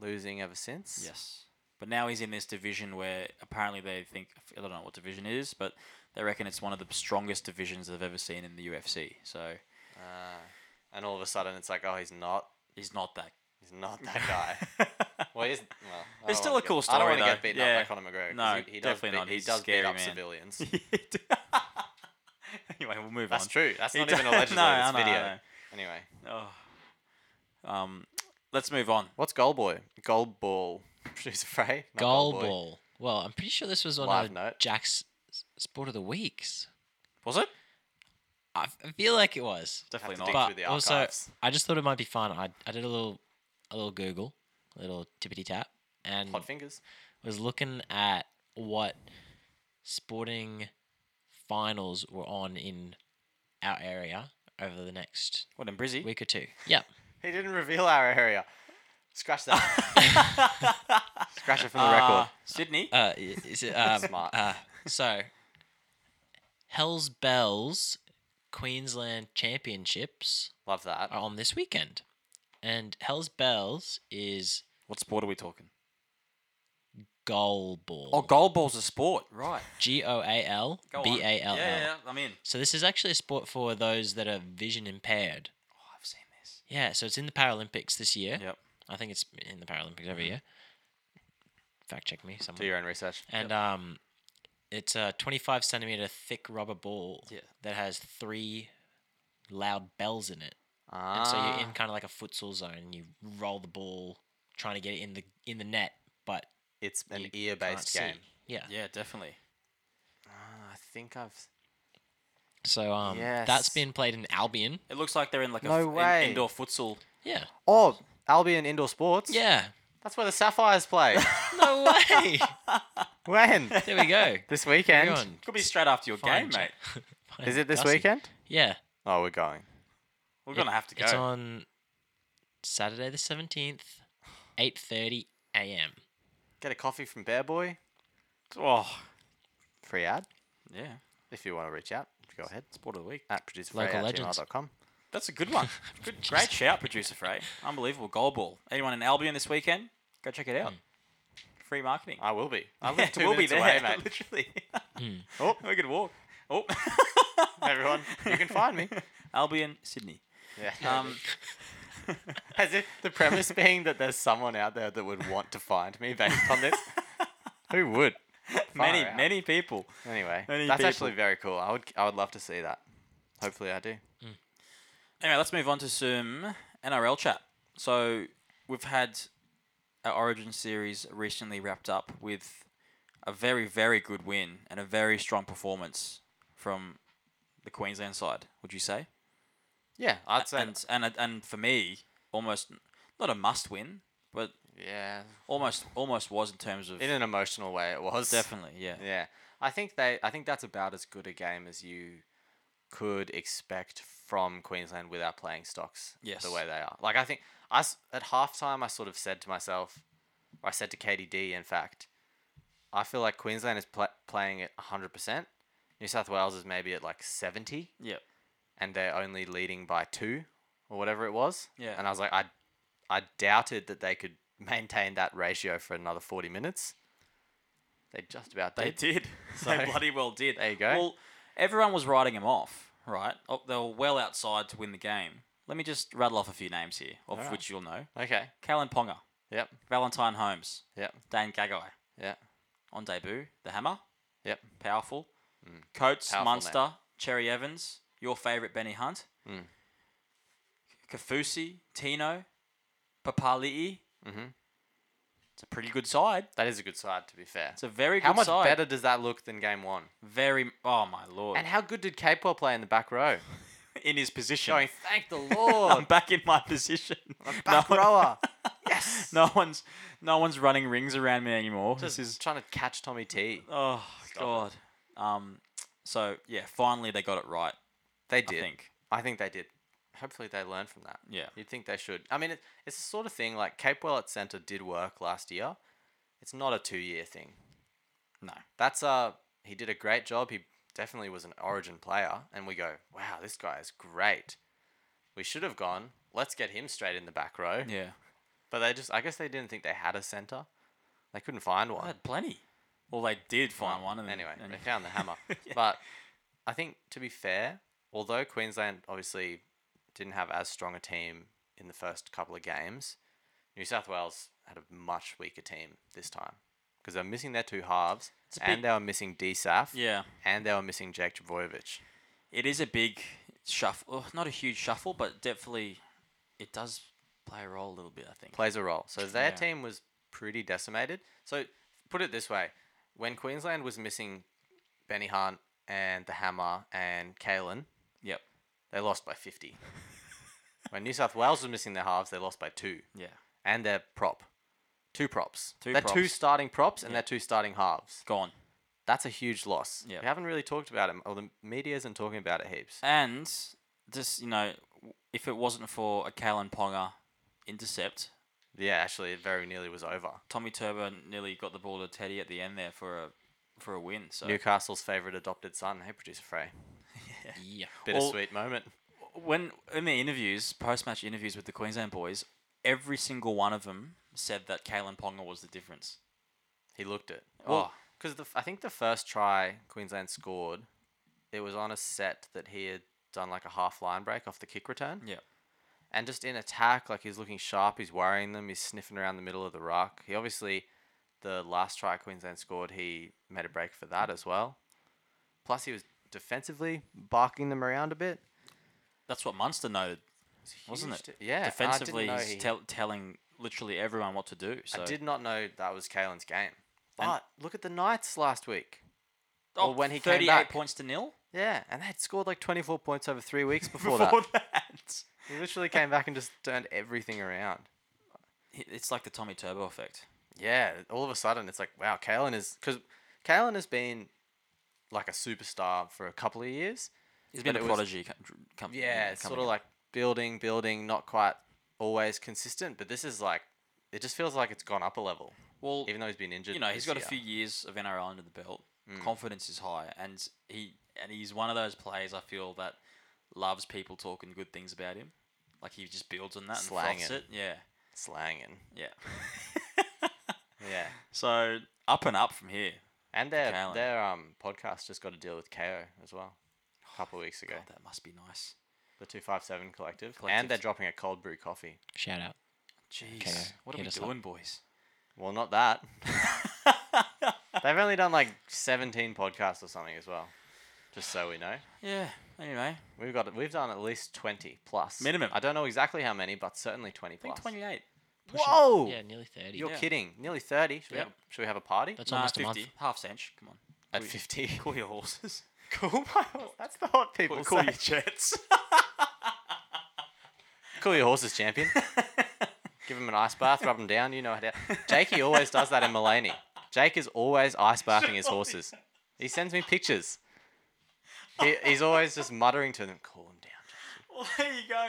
losing ever since.
yes. But now he's in this division where apparently they think I don't know what division it is, but they reckon it's one of the strongest divisions they've ever seen in the UFC. So
Uh, and all of a sudden, it's like, oh, he's not.
he's not that
He's not that guy. Well, he's, well, I
It's
don't
still
wanna
a cool
get- I don't
story,
wanna get
though.
beaten
Yeah.
up by Conor McGregor. 'cause
No,
he,
definitely
he does beat,
not.
He
He's a
does
scary
beat up
man.
civilians.
anyway, we'll move
That's
on.
true. That's
He
not
does-
even allegedly
No,
this
I know, I
video.
know.
Anyway,
Oh, Um, let's move on.
What's goal boy? Goal ball. She's afraid. not
Goal
boy.
ball. Well, I'm pretty sure this was on
Live
our
note.
Jack's Sport of the Weeks.
Was it?
I f- I feel like it was.
Have to
Definitely
dig
not.
But
through the
also,
archives.
I just thought it might be fun. I, I did a little a little Google, a little tippity tap, and
Hmm. Hot fingers.
was looking at what sporting finals were on in our area over the next
What in Brizzy?
week or two. Yep.
He didn't reveal our area. Scratch that. Scratch it from the
Uh,
record.
Sydney.
Uh, i- is it, um,
Smart.
Uh, so, Hell's Bells Queensland Championships
Love that.
are on this weekend, and Hell's Bells is
What sport are we talking?
goal ball.
Oh, goal ball's a sport, right?
G O A L
Go on.
B A
Yeah,
L
yeah,
L.
yeah, I'm in.
So this is actually a sport for those that are vision impaired.
Oh, I've seen this.
Yeah, so it's in the Paralympics this year.
Yep.
I think it's in the Paralympics every year. Fact check me someone.
Do your own research.
And um, it's a 25 centimeter thick rubber ball
Yeah.
that has three loud bells in it.
Ah,
And so you're in kind of like a futsal zone. and You roll the ball, trying to get it in the in the net, but
it's
you
an
can't
ear-based
see.
game.
Yeah.
Yeah, definitely.
Ah, I think I've.
So um, that's
Yes.
been played in Albion.
It looks like they're in like a
No
f- in-
way.
indoor futsal.
Yeah.
Oh, Albion Indoor Sports.
Yeah.
That's where the Sapphires play.
No way.
when?
there we go.
This weekend.
Everyone,
Could be straight after your game,
find Ja-
mate.
find
Is it this
Gussie.
weekend?
Yeah.
Oh, we're going.
We're
It-
gonna have to go.
It's on Saturday the seventeenth, eight thirty a.m.
Get a coffee from Bear Boy.
Oh,
Free ad.
yeah.
If you want to reach out, go ahead.
Sport of the week.
At producer
Local legends.
That's a good one. good, great shout, producer Frey. Unbelievable goal ball. Anyone in Albion this weekend? Go check it out. Free marketing.
I will be. I live
Yeah,
two minutes away, mate.
Literally.
Oh.
we could walk. Oh,
Everyone, you can find me.
Albion, Sydney.
Yeah.
Um,
As if the premise being that there's someone out there that would want to find me based on this. Who would?
many,
out.
many people.
Anyway,
Many
that's
people.
actually very cool. I would, I would love to see that. Hopefully, I do.
Anyway, let's move on to some NRL chat. So we've had our Origin series recently wrapped up with a very, very good win and a very strong performance from the Queensland side. Would you say?
Yeah, I'd say.
And and and for me, almost not a must win, but
yeah,
almost almost was in terms of
in an emotional way, it was
definitely yeah.
Yeah, I think they. I think that's about as good a game as you could expect from Queensland without playing stocks.
Yes.
the way they are. Like I think I s- at halftime I sort of said to myself, or I said to KDD, in fact, I feel like Queensland is pla playing at hundred percent. New South Wales is maybe at like seventy,
yeah
and they're only leading by two or whatever it was.
Yeah.
and I was like, I, I doubted that they could maintain that ratio for another forty minutes. They just about
They
did.
did.
So-
they bloody well did.
There you go.
Well, everyone was writing him off, right? Oh, They were well outside to win the game. Let me just rattle off a few names here, of
Alright.
which you'll know.
Okay.
Kalen Ponga,
Yep.
Valentine Holmes,
Yep.
Dan Gagai,
Yeah.
on debut, the Hammer,
Yep.
powerful. Coates,
Hmm. Powerful
Munster, Cherry Evans, your favourite Benny Hunt,
Mm.
Kafusi, Tino, Papali'i.
Mhm.
It's a pretty good side.
That is a good side, to be fair.
It's a very
how
good
much
side.
better does that look than game one?
Very. Oh my lord!
And how good did Capewell play in the back row?
in his position.
Going, thank the
I'm
Lord,
back in my position.
back
no, one-
rower. Yes.
no one's no one's running rings around me anymore.
Just
this is
trying to catch Tommy T.
oh god.
Stop
Um, so yeah, finally they got it right.
They did.
I think
I think they did. Hopefully they learned from that.
yeah.
You'd think they should. I mean, it, it's the sort of thing like Capewell at centre did work last year. It's not a two-year thing.
No,
That's uh, he did a great job. He definitely was an Origin player, and we go, wow, this guy is great. We should have gone. Let's get him straight in the back row.
yeah.
But they just, I guess they didn't think they had a center. They couldn't find
I
one.
had plenty. Well, they did find
Well,
one. And,
anyway,
and
they found the hammer.
Yeah.
But I think, to be fair, although Queensland obviously didn't have as strong a team in the first couple of games, New South Wales had a much weaker team this time because they were missing their two halves
a
and
big-
they were missing DSAF
yeah,
and they were missing Jake Trbojevic.
oh, it is a big shuffle. Not a huge shuffle, but definitely it does play a role a little bit, I think.
plays a role. So their
Yeah.
team was pretty decimated. So put it this way: when Queensland was missing Benny Hunt and the Hammer and Kalen,
Yep.
they lost by fifty. when New South Wales was missing their halves, they lost by two,
Yeah.
and their prop, two props.
Two
their two
props.
starting props and their two starting halves.
Gone.
That's a huge loss.
Yeah.
We haven't really talked about it, or the media isn't talking about it heaps.
And just, you know, w- if it wasn't for a Kalen Ponga intercept,
Yeah, actually, it very nearly was over.
Tommy Turbo nearly got the ball to Teddy at the end there for a for a win. So
Newcastle's favourite adopted son. Hey, producer Frey.
Yeah.
Bittersweet moment.
when in the interviews, post match interviews with the Queensland boys, every single one of them said that Kalen Ponga was the difference.
He looked it.
Oh.
Well, because I think the first try Queensland scored, it was on a set that he had done like a half line break off the kick return.
Yeah.
And just in attack, like he's looking sharp, he's worrying them, he's sniffing around the middle of the ruck. He obviously, the last try Queensland scored, he made a break for that as well. Plus, he was defensively barking them around a bit.
That's what Munster noted,
It's
wasn't
huge
it?
to- yeah. and I didn't
Defensively,
know
he's
he-
tell telling literally everyone what to do. So
I did not know that was Kalen's game. But look at the Knights last week.
oh,
or when he came
38
back.
points to nil
Yeah, and they'd scored like 24 points over three weeks before, that.
before that.
He literally came back and just turned everything around.
It's like the Tommy Turbo effect.
Yeah, all of a sudden it's like, wow, Kalen is because Kalen has been like a superstar for a couple of years.
He's
But
been a
it was-
prodigy. co- dr- com-
Yeah, it's sort of like building, building, not quite always consistent, but this is like it just feels like it's gone up a level,
well,
even though he's been injured.
you know, he's
this
got a
year.
few years of NRL under the belt. Confidence is high, and he and he's one of those players I feel that loves people talking good things about him. Like he just builds on that and
Slang
flaunts
it.
it. Yeah,
slanging.
yeah.
Yeah,
so up and up from here.
and their
Kalen.
their um podcast just got a deal with KO as well. A couple of weeks ago,
God, that must be nice.
the two five seven collective,
Collective.
and they're dropping a cold brew coffee.
Shout out.
Jeez,
Okay,
what are
hit
we
us up.
doing, boys?
Well, not that. They've only done like 17 podcasts or something as well. Just so we know.
yeah. Anyway,
We've got we've done at least 20 plus.
Minimum.
I don't know exactly how many, but certainly 20
I think
plus.
twenty-eight.
Whoa!
Yeah, nearly 30.
You're
yeah.
kidding. Nearly 30. Should,
Yeah.
we have, should we have a party?
That's
Nah,
almost a month.
fifty. Half cent. Come on.
at 50.
Call your horses.
Cool. That's the hot people
Call,
call
call
say.
your jets.
Call your horses champion. Give him an ice bath, rub him down. You know how to. Jakey always does that in Mulaney. Jake is always ice bathing
Oh,
his horses. He sends me pictures. He, he's always just muttering to them, "Cool him down. Jake.
well, there you go.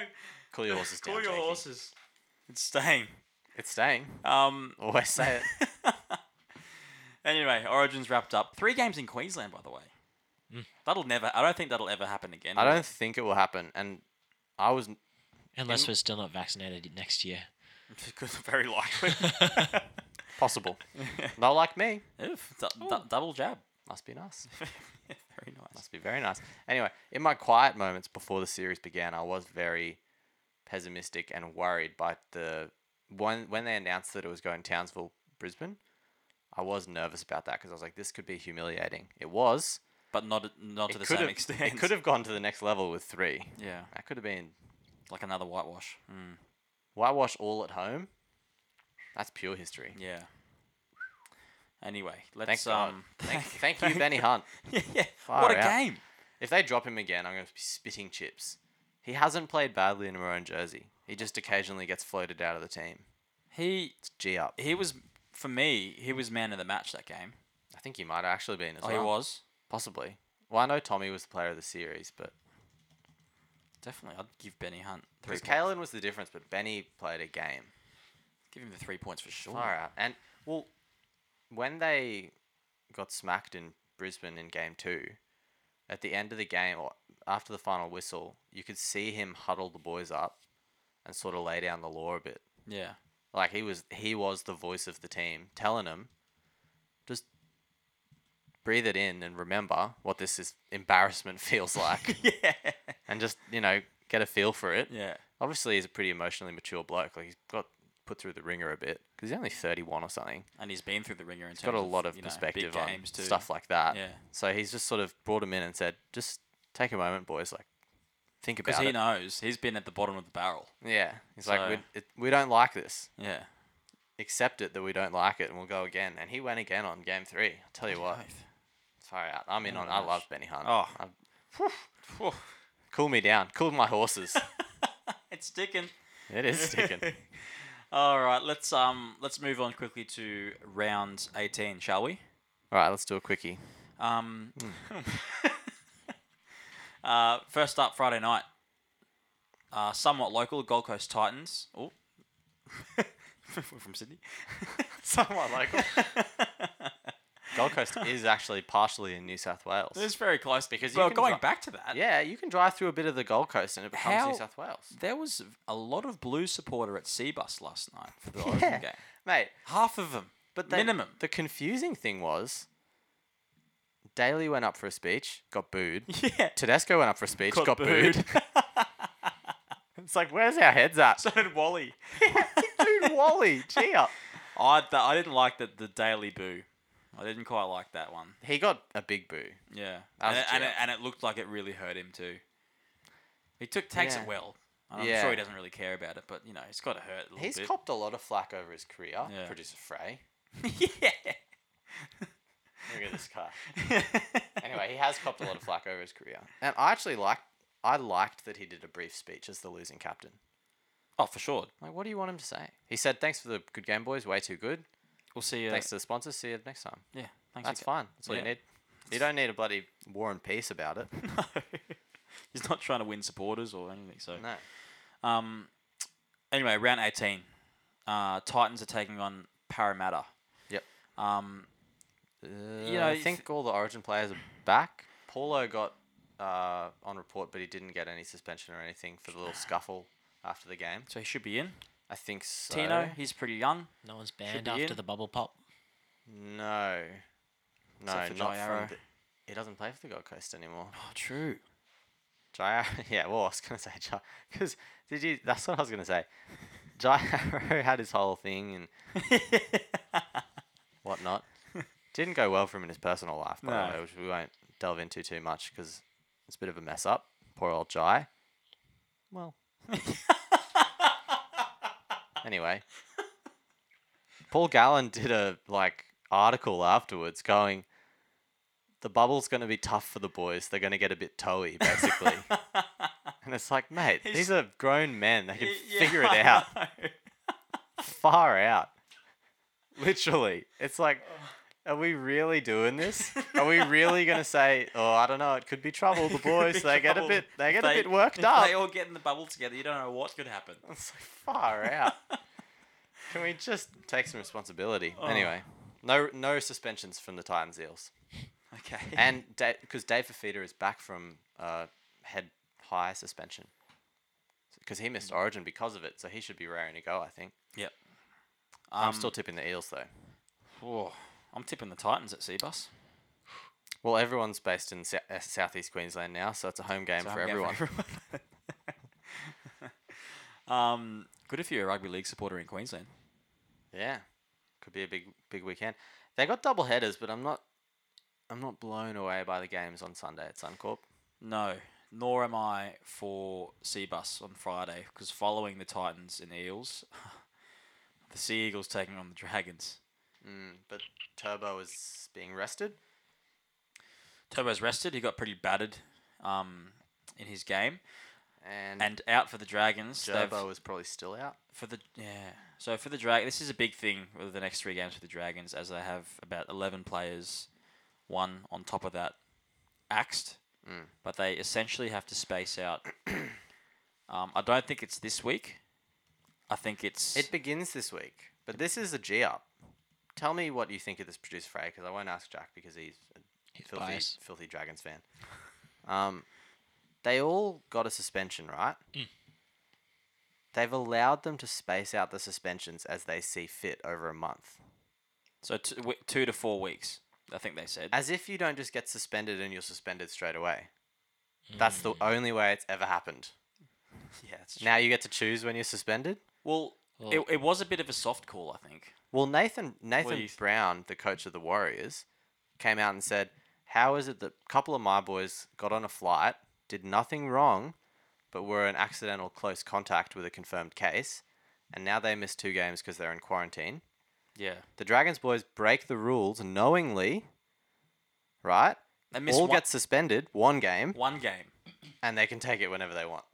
Cool your horses down.
Call your
Jakey."
horses. It's staying.
It's staying.
Um.
Always say it.
Anyway, Origins wrapped up. Three games in Queensland, by the way. That'll never. I don't think that'll ever happen again.
Hmm. I
will
don't think it will happen. And I was
Unless we're still not vaccinated next year.
it? Because very likely.
possible. Not like me.
Oof, du- du- double jab.
Must be nice.
very nice.
Must be very nice. Anyway, in my quiet moments before the series began, I was very pessimistic and worried by the when when they announced that it was going Townsville, Brisbane. I was nervous about that because I was like, this could be humiliating. It was.
But not not to
It
the same
could have-
extent.
It could have gone to the next level with three.
Yeah,
That could have been
like another whitewash. Mm,
whitewash all at home. That's pure history.
yeah. Anyway,
Thank
let's
God.
um.
Thank, thank you, Benny Hunt.
yeah, yeah.
Far
What a
out.
game.
If they drop him again, I'm going to be spitting chips. He hasn't played badly in a maroon jersey. He just occasionally gets floated out of the team.
He
It's G up.
he was for me. He was man of the match that game.
I think he might have actually been as
Oh,
well.
he was
Possibly. Well, I know Tommy was the player of the series, but
definitely. I'd give Benny Hunt three.
because
Points.
Kalen was the difference, but Benny played a game.
Give him the three points for sure.
Far out. And well, when they got smacked in Brisbane in game two, at the end of the game or after the final whistle, you could see him huddle the boys up and sort of lay down the law a bit.
Yeah.
Like he was, he was the voice of the team, telling them, just breathe it in and remember what this is embarrassment feels like,
yeah.
and just you know get a feel for it.
Yeah.
Obviously, he's a pretty emotionally mature bloke. Like he's got put through the ringer a bit because he's only thirty-one or something.
and he's been through the ringer. In
He's got a lot of
you know, big
perspective on
games too.
stuff like that.
Yeah.
So he's just sort of brought him in and said, just take a moment, boys. Like Think
because
about
he
it.
knows he's been at the bottom of the barrel.
Yeah, he's like,
So-
we, it, we don't like this.
Yeah.
Accept it that we don't like it, and we'll go again. And he went again on game three. I'll tell you what. Sorry, I- I'm in on. I love Benny Hunt.
Oh.
I- cool me down. Cool my horses.
It's sticking.
it is sticking.
All right, let's um let's move on quickly to round 18, shall we?
All right, let's do a quickie.
Um, uh, first up, Friday night. Uh, somewhat local, Gold Coast Titans. Oh, we're from Sydney.
Somewhat local. Gold Coast is actually partially in New South Wales.
It's very close
Because
because
you
well,
can
going
dri-
back to that,
yeah, you can drive through a bit of the Gold Coast and it becomes
How-
New South Wales.
there was a lot of blue supporter at Seabus last night for the Origin
Yeah.
game.
Mate,
Half of them, but
But they,
minimum.
The confusing thing was, Daly went up for a speech, got booed.
yeah,
Tedesco went up for a speech, got, booed. it's like, where's our heads at?
so did Wally.
Dude, Wally, gee up.
I th- I didn't like the the daily boo. I didn't quite like that one.
He got a big boo.
Yeah,
That
and
was
it,
a
and,
cheer.
it, and it looked like it really hurt him too. He took takes
Yeah.
it well. And I'm
Yeah.
sure he doesn't really care about it, but you know, it's got to hurt a little
He's
bit.
copped a lot of flack over his career.
Yeah.
Producer Frey.
yeah.
Look at this car. anyway, he has copped a lot of flack over his career. And I actually liked, I liked that he did a brief speech as the losing captain.
oh, for sure.
Like, what do you want him to say? He said, thanks for the good game, boys. Way too good.
We'll see you.
Thanks to the sponsors. See you next time.
Yeah, thanks.
That's
again.
fine. That's all you
Yeah.
need. You don't need a bloody war and peace about it.
He's not trying to win supporters or anything. So,
No.
um, anyway, round eighteen, uh, Titans are taking on Parramatta.
Yep.
Um,
you know,
know,
Uh, I
if-
think all the Origin players are back. Paulo got uh, on report, but he didn't get any suspension or anything for the little scuffle after the game.
so he should be in.
I think so.
Tino, he's pretty young.
No one's banned
be
after
in.
the bubble pop.
No. No,
Except for
not
Jairo.
from the, He doesn't play for the Gold Coast anymore.
Oh, true.
Jairo, yeah, well, I was gonna say Jairo because did you? That's what I was gonna say. Jairo had his whole thing and whatnot. Didn't go well for him in his personal life, by the
No.
way, which we won't delve into too much because it's a bit of a mess up. Poor old Jai. Well. anyway, Paul Gallen did a like article afterwards going. The bubble's going to be tough for the boys. They're going to get a bit toey, basically. and it's like, mate, these are grown men. They can figure it out far out. Literally. It's like, are we really doing this? Are we really gonna say, oh, I don't know, it could be trouble. The boys, they get a bit, they get a bit worked up.
They all get in the bubble together. You don't know what could happen.
It's like far out. Can we just take some responsibility? Anyway, no, no suspensions from the Titans Eels,
Okay.
and because Dave Fafita is back from uh, head high suspension, because he missed Origin because of it, so he should be raring to go. I think.
yep. Um,
I'm still tipping the Eels though.
Oh, I'm tipping the Titans at Seabus.
Well, everyone's based in sou- uh, southeast Queensland now, so it's a home game
So
for
I'm going
everyone.
for everyone. um, good if you're a rugby league supporter in Queensland.
yeah, could be a big big weekend. They got double headers, but I'm not I'm not blown away by the games on Sunday at Suncorp.
No, nor am I for Seabus on Friday because following the Titans and Eels, the Sea Eagles taking on the Dragons.
Mm, but Turbo is being rested.
Turbo's rested. He got pretty battered um, in his game
And,
and out for the Dragons. they've-
Turbo is probably still out.
for the yeah. So for the drag, this is a big thing with the next three games for the Dragons, as they have about eleven players, one on top of that, axed. But they essentially have to space out. um, I don't think it's this week. I think it's
It begins this week, but this is a G up. Tell me what you think of this producer Frey, because I won't ask Jack because he's a filthy,
biased.
filthy Dragons fan. Um, they all got a suspension, right? They've allowed them to space out the suspensions as they see fit over a month,
so t- w- two to four weeks. I think they said.
as if you don't just get suspended and you're suspended straight away. That's the only way it's ever happened.
yeah, it's
Now you get to choose when you're suspended.
well, it, it was a bit of a soft call, I think.
Well, Nathan Nathan
you th-
Brown, the coach of the Warriors, came out and said, "How is it that a couple of my boys got on a flight, did nothing wrong, but were an accidental close contact with a confirmed case, and now they miss two games because they're in quarantine.
Yeah.
The Dragons boys break the rules knowingly, right?
They missed
All
one,
get suspended, one game,
one game.
and they can take it whenever they want.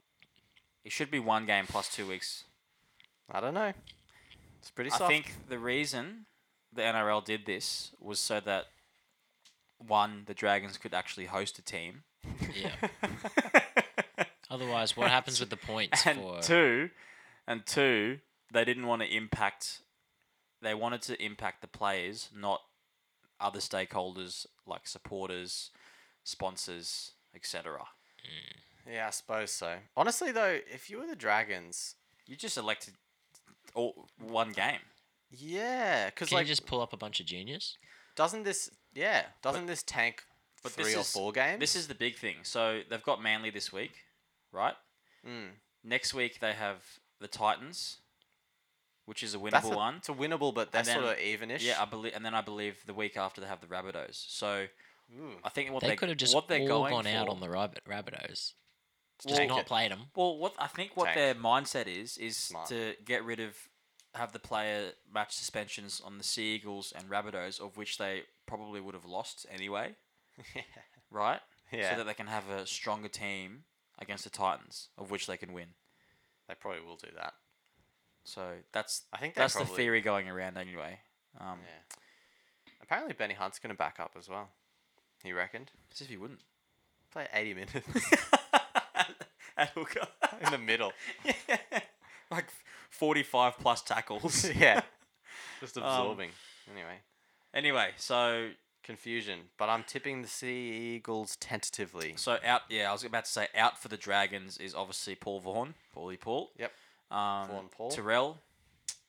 It should be one game plus two weeks.
I don't know. It's pretty soft.
I think the reason the NRL did this was so that one, the Dragons could actually host a team,
Yeah. Otherwise, what happens with the points
and
for?
two, and two, they didn't want to impact. They wanted to impact the players, not other stakeholders like supporters, sponsors, etc.
Yeah, I suppose so. Honestly, though, if you were the Dragons,
You just elected all one game.
yeah, because
Can
like,
you just pull up a bunch of juniors?
doesn't this, yeah, doesn't this tank
but
three
this
or
is-
four games?
This is the big thing. So they've got Manly this week, right?
Mm.
Next week they have the Titans, which is a winnable
That's a-
one.
It's a winnable, but they're
And then-
sort of evenish.
Yeah, I believe, and then I believe the week after they have the Rabbitohs. So
Ooh.
I think what
They
they,
could have just all
what they're going
gone out
for-
on the rabbit Rabbitohs. Just
Well-
not played them.
Well, what I think what
Tank.
their mindset is is
Smart.
to get rid of have the player match suspensions on the Sea Eagles and Rabbitohs, of which they probably would have lost anyway, right?
Yeah.
So that they can have a stronger team against the Titans, of which they can win.
they probably will do that.
So that's
I think they
that's the
probably-
theory going around anyway. Um,
Yeah. Apparently, Benny Hunt's going to back up as well. He reckoned
As if he wouldn't.
play eighty minutes
At hooker.
in the middle.
like 45 plus tackles.
yeah, just
Um,
absorbing. anyway,
Anyway, so
confusion. But I'm tipping the Sea Eagles tentatively.
so out. Yeah, I was about to say out for the Dragons is obviously Paul Vaughan, Paulie Paul.
Yep.
Um,
Vaughan Paul.
Terrell,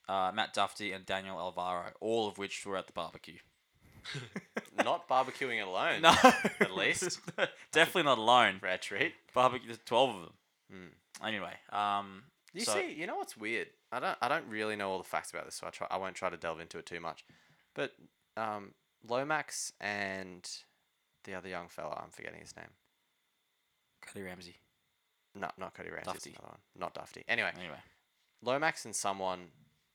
uh, Matt Duffy, and Daniel Alvaro, all of which were at the barbecue.
Not barbecuing alone.
No,
At least.
definitely not alone.
Rare treat.
Barbecue, there's twelve of them. Anyway, um,
You
so-
see, you know what's weird? I don't I don't really know all the facts about this, so I try I won't try to delve into it too much. But um, Lomax and the other young fella, I'm forgetting his name.
Cody Ramsey.
No, not Cody Ramsey. it's
Dufty.
Another one. Not Dufty. Anyway,
Anyway,
Lomax and someone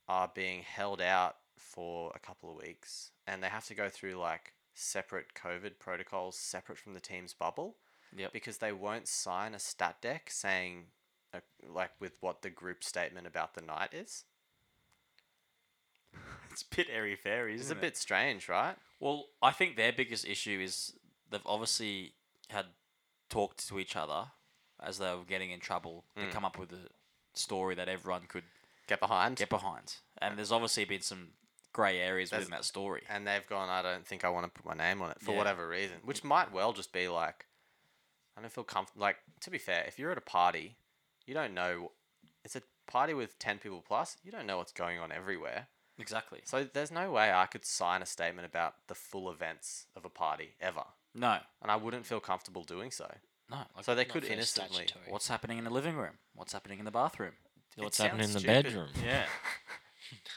are being held out for a couple of weeks, and they have to go through like separate COVID protocols, separate from the team's bubble.
Yep.
Because they won't sign a stat deck saying, uh, like, with what the group statement about the night is.
it's a bit airy fairy,
It's a bit strange, right?
Well, I think their biggest issue is they've obviously had talked to each other as they were getting in trouble to come up with a story that everyone could
Get behind.
get behind. And there's obviously been some grey areas within that story.
And they've gone, I don't think I want to put my name on it for
Yeah.
whatever reason, which might well just be like, I don't feel comfortable. Like, to be fair, if you're at a party, you don't know. It's a party with 10 people plus, you don't know what's going on everywhere.
Exactly.
So there's no way I could sign a statement about the full events of a party ever.
No,
And I wouldn't feel comfortable doing so.
no. Like,
So they
Not
could
for
innocently.
statutory.
what's happening in the living room? What's happening in the bathroom?
It
What's happening in the
sounds stupid.
bedroom?
Yeah,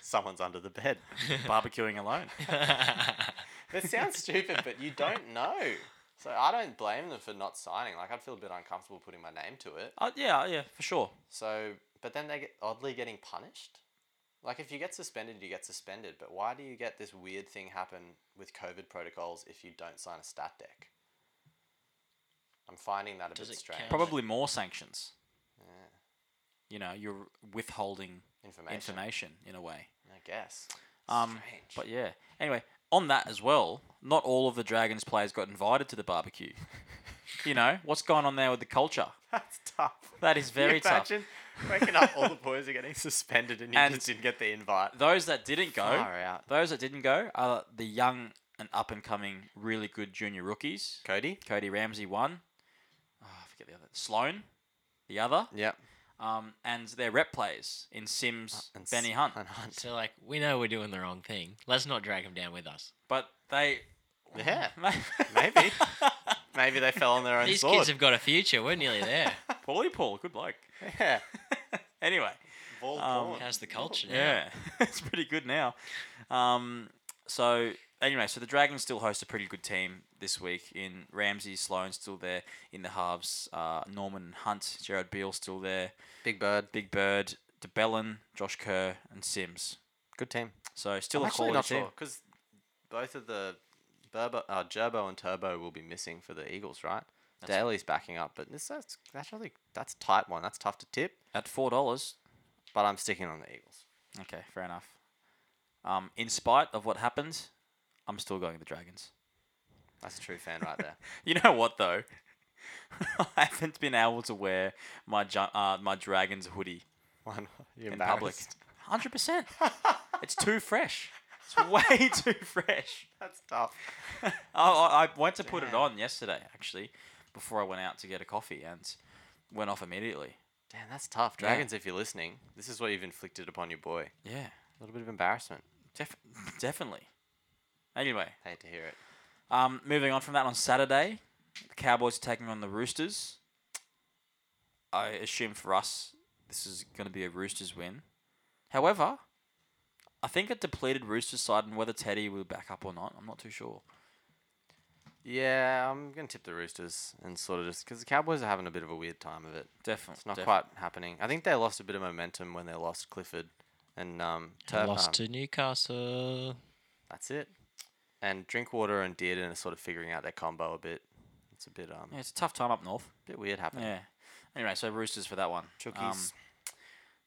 Someone's under the bed.
barbecuing alone.
That sounds stupid, but you don't know. So I don't blame them for not signing. Like I'd feel a bit uncomfortable putting my name to it.
Uh, yeah, yeah, for sure.
So, but then they get oddly getting punished. Like if you get suspended, you get suspended. But why do you get this weird thing happen with COVID protocols if you don't sign a stat deck? I'm finding that a
Does
bit
it
strange.
count?
Probably more sanctions.
Yeah.
You know, you're withholding
Information,
information in a way.
I guess.
Um,
Strange.
but yeah. Anyway, on that as well, not all of the Dragons players got invited to the barbecue. you know what's going on there with the culture?
that's tough.
That is very tough.
tough. Waking up, all the boys are getting suspended, and you
And-
just didn't get the invite.
Those that didn't go,
Far out.
those that didn't go, are the young and up and coming, really good junior rookies.
Cody.
Cody Ramsey one. Oh, I forget the other. Sloan, the other,
Yep.
um, and their rep players in Sims,
Uh, And s-
Benny Hunt.
And Hunt.
So like, we know we're doing the wrong thing. Let's not drag them down with us.
But they,
Yeah. Maybe. Maybe they fell on their own
These
sword.
kids have got a future. We're nearly there.
Paulie Paul, good bloke.
Yeah.
anyway,
Ball
Um,
gone.
How's the culture now?
Yeah, it's pretty good now. Um, so anyway, so the Dragons still host a pretty good team this week in Ramsey, Sloan still there in the halves, uh, Norman Hunt, Jared Beal still there,
Big Bird,
Big Bird, DeBellin, Josh Kerr, and Sims.
good team.
So still
I'm
a
actually
quality
not
team.
sure because both of the Burbo, uh, Gerbo and Turbo will be missing for the Eagles, right?
That's right.
Daly's backing up, but this that's actually that's a tight one. That's tough to tip,
At four dollars,
but I'm sticking on the Eagles.
Okay, fair enough. Um, in spite of what happened, I'm still going the Dragons.
That's a true fan right there.
You know what though? I haven't been able to wear my Gi- uh, my Dragons hoodie
One, you're
in public.
embarrassed.
Hundred percent. It's too fresh. It's way too fresh.
That's tough.
I, I I went to put it
Damn.
on yesterday actually, before I went out to get a coffee and went off immediately.
Damn, that's tough.
Yeah.
Dragons, if you're listening, this is what you've inflicted upon your boy. A
Yeah,
little bit of embarrassment.
def- definitely. Anyway,
Hate to hear it.
Um, moving on from that, on Saturday, the Cowboys are taking on the Roosters. I assume for us, this is going to be a Roosters win. However, I think a depleted Roosters side, and whether Teddy will back up or not, I'm not too sure.
Yeah, I'm gonna tip the Roosters and sort of just because the Cowboys are having a bit of a weird time of it.
Definitely,
It's not quite happening. I think they lost a bit of momentum when they lost Clifford and um, Tur-
lost
um,
to Newcastle.
That's it. And Drinkwater and Dearden are sort of figuring out their combo a bit. It's a bit um
Yeah, it's a tough time up north.
bit weird happening.
Yeah. Anyway, so Roosters for that one.
Chookies.
Um,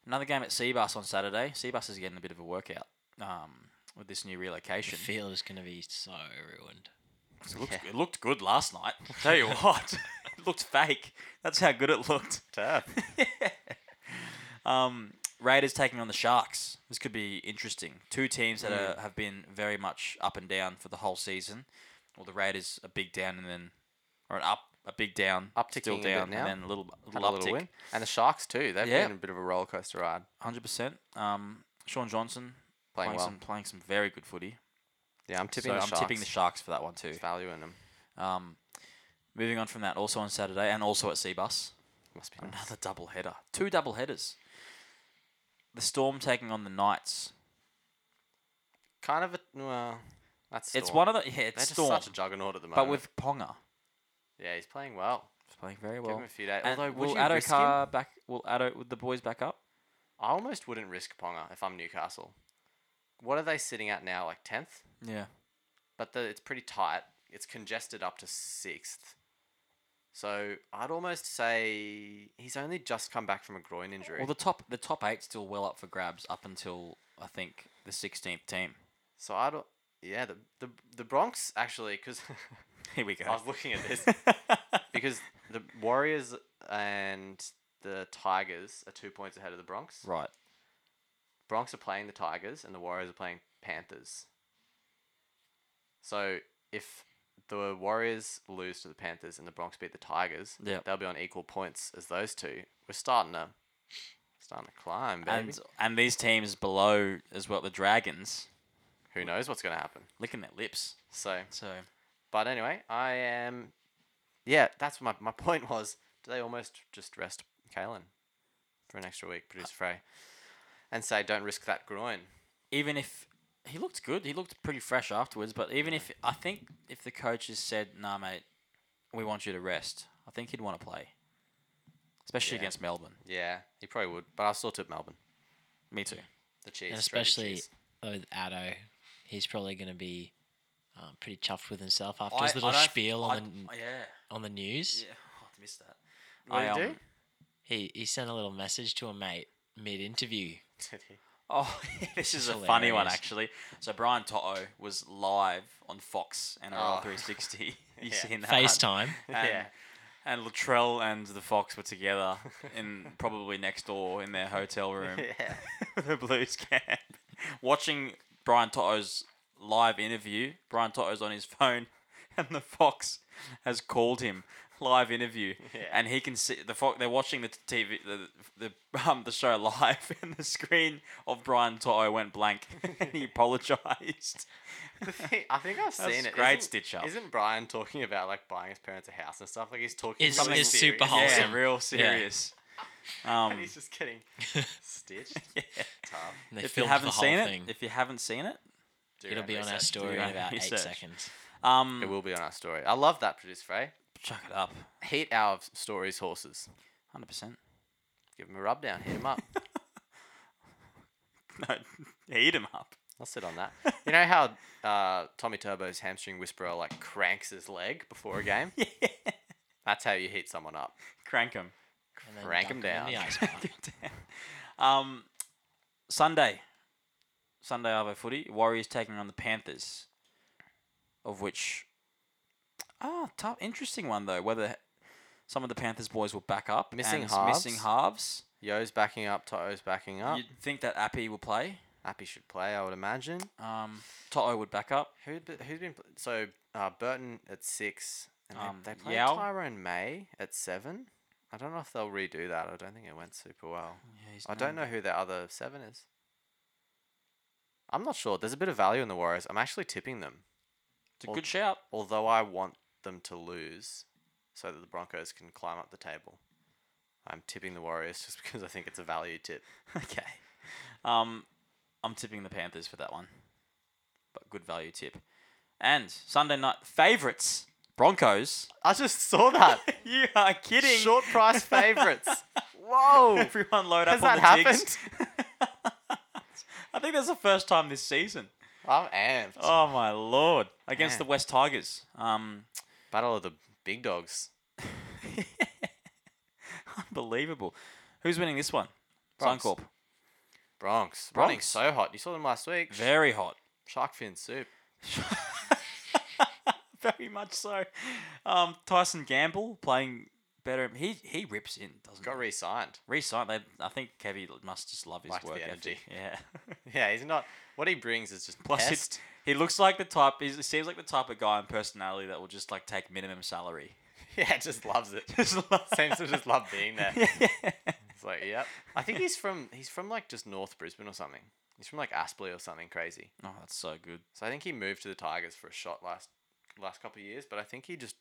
another game at Seabus on Saturday. Seabus is getting a bit of a workout um, with this new
The
relocation.
field is going to be so ruined.
It looked,
Yeah.
it looked good last night. tell you what, it looked fake. That's how good it looked.
Tough.
Um, Raiders taking on the Sharks. This could be interesting. Two teams that
Mm.
are, have been very much up and down for the whole season. Well, the Raiders a big down and then, or an up, a big down,
Upticking a
still
bit
down,
now.
and then a little, a
Had
little
a little
uptick.
win. And the Sharks too. They've
Yeah.
been a bit of a roller coaster ride.
Hundred percent. Um, Sean Johnson
Playing well.
some playing some very good footy.
Yeah, I'm tipping
so
the
I'm
Sharks.
tipping the Sharks for that one too.
There's value in them.
Um, moving on from that, also on Saturday and also at Seabus.
Must be nice.
Another double header. Two double headers. The Storm taking on the Knights.
kind of a well. That's
It's
Storm.
one of the yeah,
They're
it's
just
Storm,
such a juggernaut at the moment.
but with Ponga.
yeah, he's playing well.
He's playing very
Give
well.
him a few days.
And
Although would
will
you risk him?
Adokar back? Will Ado would the boys back up?
I almost wouldn't risk Ponga if I'm Newcastle. What are they sitting at now? Like tenth,
Yeah.
but the, it's pretty tight. It's congested up to sixth. So I'd almost say he's only just come back from a groin injury.
Well, the top the top eight's still well up for grabs up until I think the sixteenth team.
so I'd al- yeah the the, the Bronx actually because
Here we go.
I was looking at this because the Warriors and the Tigers are two points ahead of the Bronx.
right.
Bronx are playing the Tigers and the Warriors are playing Panthers. So if the Warriors lose to the Panthers and the Bronx beat the Tigers,
Yep.
they'll be on equal points as those two. We're starting to starting to climb, baby.
And and these teams below as well, the Dragons
Who knows what's gonna happen?
licking their lips.
So
So
but anyway, I am yeah, that's what my, my point was. Do they almost just rest Kalen for an extra week, produce Frey? And say don't risk that groin.
even if he looked good, he looked pretty fresh afterwards. But even if I think if the coaches said, "Nah, mate, we want you to rest," I think he'd want to play, especially
Yeah.
against Melbourne.
Yeah, he probably would. But I'll still tip Melbourne.
Me too.
The cheese.
and
shredded
especially
cheese.
with Addo, he's probably going to be um, pretty chuffed with himself after
I-
his little
I don't-
spiel
I-
on the,
yeah,
on the news.
yeah. Oh, I missed that.
What
I,
do you
um,
do?
He he sent a little message to a mate mid interview.
Did he?
Oh, this is a funny one
Hilarious.
actually. So Brian Toto was live on Fox NRL
Oh.
360. you
Yeah.
seen that?
FaceTime.
And,
Yeah.
And Latrell and the Fox were together in probably next door in their hotel room.
Yeah.
the Blues camp. Watching Brian Toto's live interview. Brian Toto's on his phone, and the Fox has called him live interview,
Yeah.
and he can see the Fox. They're watching the TV, the the um the show live, and the screen of Brian Toto went blank, and he apologized.
The thing- I think I've
That's
seen it.
great
Isn't-
stitch up.
Isn't Brian talking about like buying his parents a house and stuff? Like he's talking
It's-
something
it's super
serious,
wholesome.
Yeah, real serious.
And
Um,
he's just getting stitched.
yeah.
Tough.
And
If
they
you
filmed
haven't
the whole
seen
thing.
it, if you haven't seen it,
Do
It'll
your
be
own
on our
research.
Do
story
your
in
own
about eight
research.
seconds.
Um,
It will be on our story. I love that, produce Frey.
chuck it up,
Heat our v- stories horses.
hundred percent.
Give them a rub down. Hit them up.
No, heat him up.
I'll sit on that. You know how uh, Tommy Turbo's hamstring whisperer like cranks his leg before a game?
Yeah,
That's how you heat someone up.
crank him.
And then
Crank 'em
dunk 'em
down.
in the ice bath.
um, Sunday, Sunday Arvo footy. Warriors taking on the Panthers, of which, ah, tough, interesting one though. Whether some of the Panthers boys will back up,
Missing
and
halves. Ah.
missing halves.
Yo's backing up. Toto's backing up.
You'd think that Appy will play.
Appy should play, I would imagine.
Um, Toto would back up.
Who'd be, who's been pl- so uh, Burton at six, and
Um,
they, they play
Yao?
Tyrone May at seven. I don't know if they'll redo that. I don't think it went super well.
Yeah, he's
I don't know
known.
who their other seven is. I'm not sure. There's a bit of value in the Warriors. I'm actually tipping them,
It's a good shout.
although I want them to lose, so that the Broncos can climb up the table. I'm tipping the Warriors just because I think it's a value tip.
okay. Um, I'm tipping the Panthers for that one. But good value tip. And Sunday night favorites, Broncos.
I just saw that
you are kidding.
short price favorites. Whoa!
Everyone load
Has
up on
that
the jigs. I think that's the first time this season.
I'm amped.
Oh my lord! Against
Man.
the West Tigers. Um,
Battle of the big dogs.
unbelievable. Who's winning this one?
Bronx.
Suncorp.
Bronx. Running
Bronx.
so hot. You saw them last week.
Very hot.
Shark fin soup.
Very much so. Um, Tyson Gamble playing better. He he rips in, doesn't
Got
he?
re signed.
Re-signed. They, I think Kevy must just love his
Liked the
work
energy.
ethic. Yeah.
Yeah, he's not. What he brings is just
Plus,
pest.
it, he looks like the type. he's- He seems like the type of guy and personality that will just like take minimum salary.
Yeah, just loves it.
Just love-
Seems to just love being there.
Yeah.
It's like, yep. I think he's from he's from like just North Brisbane or something. He's from like Aspley or something crazy.
Oh, that's so good.
So I think he moved to the Tigers for a shot last last couple of years, but I think he just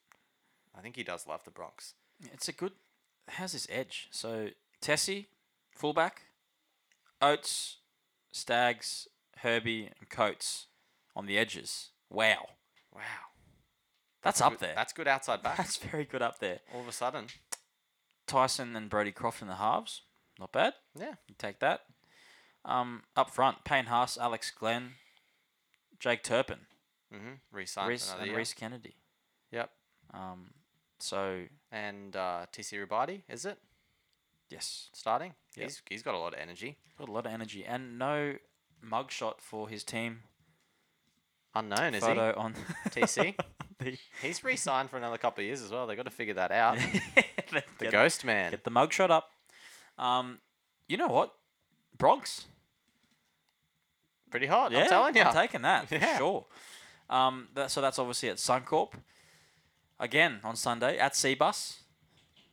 I think he does love the Bronx.
It's a good. How's this edge? So Tessie, fullback, Oates, Stags, Herbie, and Coates on the edges. Wow,
Wow.
that's, up
Good-
there. That's
That's good outside back.
that's very good up there.
All of a sudden.
Tyson and Brody Croft in the halves. Not bad.
Yeah.
You take that. Um, up front, Payne Haas, Alex Glenn, Jake Turpin,
Mm-hmm. Re-signed
Reece,
for another
and
year.
Reese Kennedy.
Yep.
Um, so
and uh, TC Ribati, is it
yes,
starting?
Yep.
He's he's got a lot of energy.
got a lot of energy and no mugshot for his team.
Unknown is
photo on
TC?
the, uh,
he? He's re-signed for another couple of years as well. They got to figure that out. The
get,
Ghost Man.
Get the mugshot up. Um, you know what? Bronx.
Pretty hot.
Yeah,
I'm telling you.
I'm taking that for
Yeah.
sure. Um, that, so that's obviously at Suncorp. Again on Sunday at Seabus.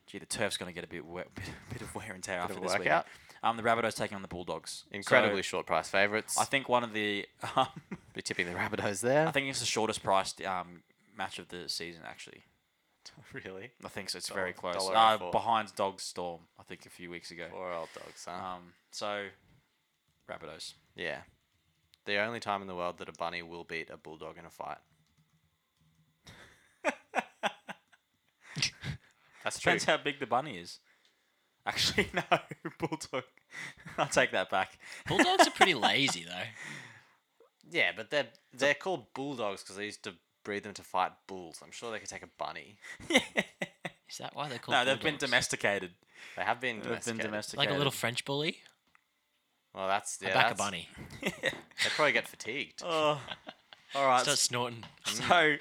Gee, the turf's going to get a bit, wear, bit, bit of wear and tear after
of
this weekend.
workout.
Um, the Rabbitohs taking on the Bulldogs. So
Incredibly short price favourites.
I think one of the um,
Be tipping the Rabbitohs there.
I think it's the shortest priced um, match of the season, actually.
really.
I think so. It's very
Dollar-
close.
dollar
Uh,
oh four.
behind Dog Storm, I think, a few weeks ago.
Poor old dogs, huh?
Um, so, Rabbitohs.
yeah. The only time in the world that a bunny will beat a bulldog in a fight. That's true.
Depends how big the bunny is. Actually, no. Bulldog. I'll take that back.
Bulldogs are pretty lazy though.
Yeah, but they're they're called bulldogs because they used to breed them to fight bulls. I'm sure they could take a bunny.
Is that why they're called?
no, they've been
Bulldogs?
domesticated.
They have been
They've
domesticated.
been domesticated.
Like a little French bully,
Well, that's yeah,
I back a
that's-
bunny,
They probably get fatigued.
Oh. All right.
start snorting.
So,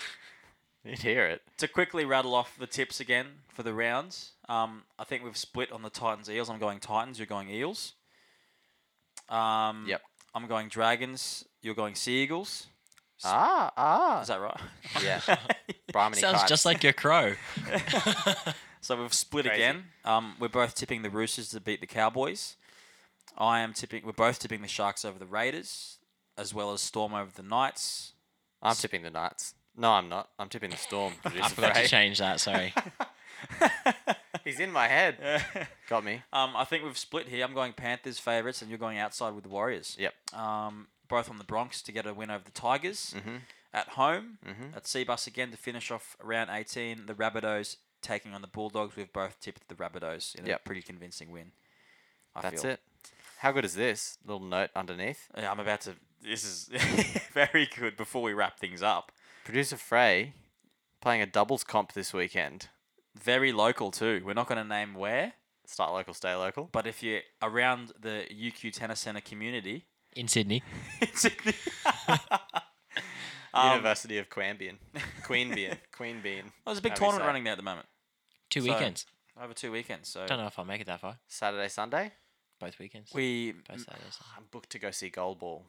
You'd hear it.
to quickly rattle off the tips again for the rounds, um, I think we've split on the Titans Eels. I'm going Titans. You're going Eels.
Mm.
Um,
Yep.
I'm going Dragons. You're going Seagulls.
Ah, ah.
Is that right?
yeah. Brahmini
Sounds
kite.
just like your crow.
so we've split
Crazy.
again. Um, we're both tipping the Roosters to beat the Cowboys. I am tipping. We're both tipping the Sharks over the Raiders, as well as Storm over the Knights.
I'm tipping the Knights. No, I'm not. I'm tipping the Storm.
I
producer
forgot to
Frey.
change that. Sorry.
He's in my head.
um,
Got me.
I think we've split here. I'm going Panthers favourites, and you're going outside with the Warriors.
Yep.
Um, both on the Bronx to get a win over the Tigers,
Mhm.
At home,
hmm
at Seabus again to finish off round 18, the Rabbitohs taking on the Bulldogs. We've both tipped the Rabbitohs in
Yep.
a pretty convincing win. I
That's
feel.
it. How good is this? Little note underneath.
Yeah, I'm about to. This is very good before we wrap things up.
Producer Frey playing a doubles comp this weekend.
Very local, too. We're not going to name where,
Start local, stay local.
but if you're around the UQ Tennis Centre community,
in Sydney.
it's in the. Um,
University of Queanbeyan. Queanbeyan. Queanbeyan.
There's a big
How
tournament
do you say it?
running there at the moment
Two
So-
weekends.
over two weekends. So
Don't know if I'll make it that far.
Saturday, Sunday.
Both weekends.
we
both Saturdays.
I'm booked to go see Goalball.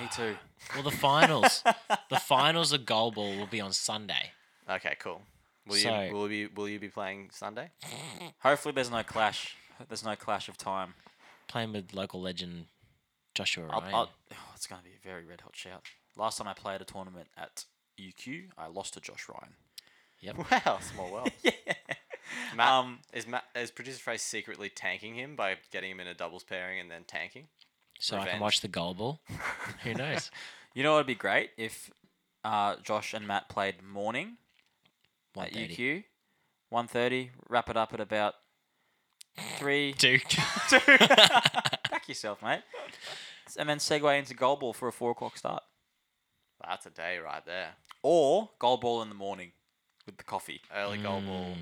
me too.
Well, the finals, the finals of goalball will be on Sunday.
Okay, cool. Will
So-
you will you will you be playing Sunday?
Hopefully, there's no clash. There's no clash of time.
Playing with local legend Joshua
I'll,
Ryan.
I'll, oh, it's going to be a very red hot shout. Last time I played a tournament at UQ, I lost to Josh Ryan.
Wow, small world.
Yeah.
Matt,
Um,
is Matt is producer Frey secretly tanking him by getting him in a doubles pairing and then tanking?
so I can
revenge.
watch the goalball. Who knows?
You know what would be great if uh, Josh and Matt played morning at
1:30.
UQ, 1.30, wrap it up at about 3.
Duke.
Back yourself, mate. And then segue into goal ball for a 4 o'clock start.
That's a day right there.
Or goal ball in the morning with the coffee.
Early
Mm.
Goalball.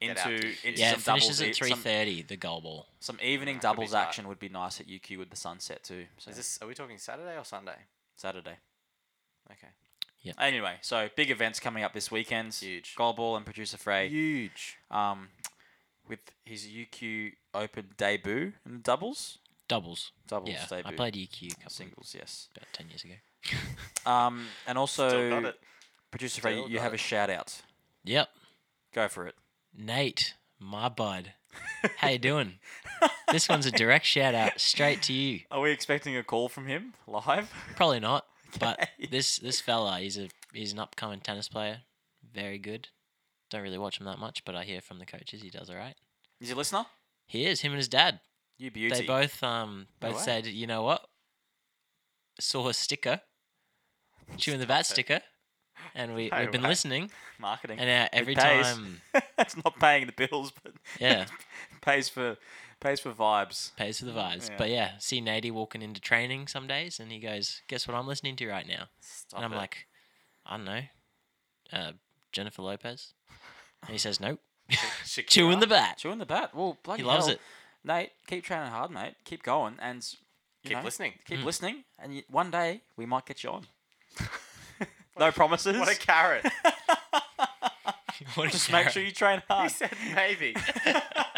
Get out
Into,
to
into
UQ.
Hmm. yeah,
some
it finishes
doubles.
at
e-
three
some,
thirty. The goalball.
some evening
That could be
doubles
tight.
action would be nice at UQ with the sunset too. So
Is this are we talking Saturday or Sunday?
Saturday.
Okay.
Anyway, so big events coming up this weekend.
Huge.
Goalball and producer Frey,
Huge.
um, with his UQ Open debut in the doubles,
Doubles.
doubles
yeah,
debut,
I played EQ a couple
singles, yes.
about ten years ago.
Um, and
Still got
also
it.
producer Frey,
Still
you
got
have
it.
a shout out.
Yep.
Go for it.
Nate, my bud. How you doing? this one's a direct shout out straight to you.
Are we expecting a call from him live?
Probably not. But
Okay.
this this fella, he's a he's an upcoming tennis player. Very good. Don't really watch him that much, but I hear from the coaches he does all right.
Is he a listener?
He is him and his dad.
You beauty.
They both um
No
both
way.
said, you know what? Saw a sticker, chewing the bat sticker, and we
No
we've been
way.
listening.
Marketing.
And uh, every
pays.
time,
it's not paying the bills, but
yeah,
pays for pays for vibes.
pays for the vibes.
Yeah.
But yeah, see Nady walking into training some days, and he goes, "Guess what I'm listening to right now?"
Stop
and I'm
it.
like, I don't know, uh, Jennifer Lopez. And he says, nope,
Shakira.
chewing the bat.
Chewing the bat. Well, bloody
He loves
hell.
it.
Nate, keep training hard, mate. Keep going, and you
Keep
know,
listening.
Mm.
Keep listening, and you, one day we might get you on. no promises.
What a carrot.
What a
Just make
carrot.
sure you train
he
hard.
said maybe.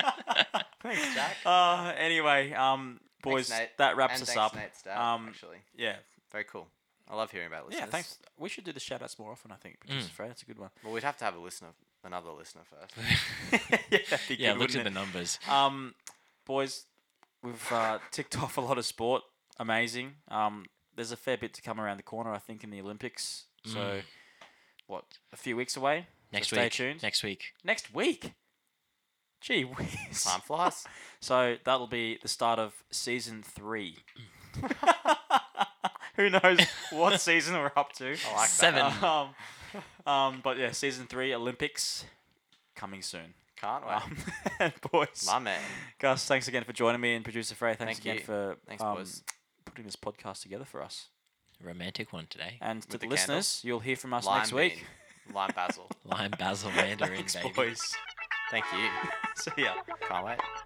thanks, Jack.
Uh, anyway, um, boys,
Thanks, Nate.
that wraps
and
us
thanks,
up.
Nate's dad,
um,
actually.
yeah,
Very cool. I love hearing about listeners.
yeah. Thanks. We should do the shout outs more often. I think.
Mm.
Producer Frey, that's a good one.
Well, we'd have to have a listener, another listener first.
yeah, that'd be
yeah,
good,
looked at
wouldn't
the numbers.
it? Um, boys, we've uh, ticked off a lot of sport. Amazing. Um, there's a fair bit to come around the corner. I think in the Olympics. So, what? A few weeks away. So
Next
Stay
week.
tuned.
Next week.
next week. Gee whiz.
Time flies.
So that'll be the start of season three. Who knows what season we're up to?
I like
Seven.
that.
Um, um, but yeah, season three Olympics coming soon.
Can't wait.
Um, boys,
My man.
Gus, thanks again for joining me, and producer Frey, thanks
Thank
again
you.
for
Thanks,
um,
boys.
putting this podcast together for us.
Romantic one today.
And to
With
the,
the candle.
listeners, you'll hear from us
Lime
next week.
bean. Lime basil.
Lime, basil, mandarin,
Thanks,
baby.
boys.
Thank you.
See ya.
Can't wait.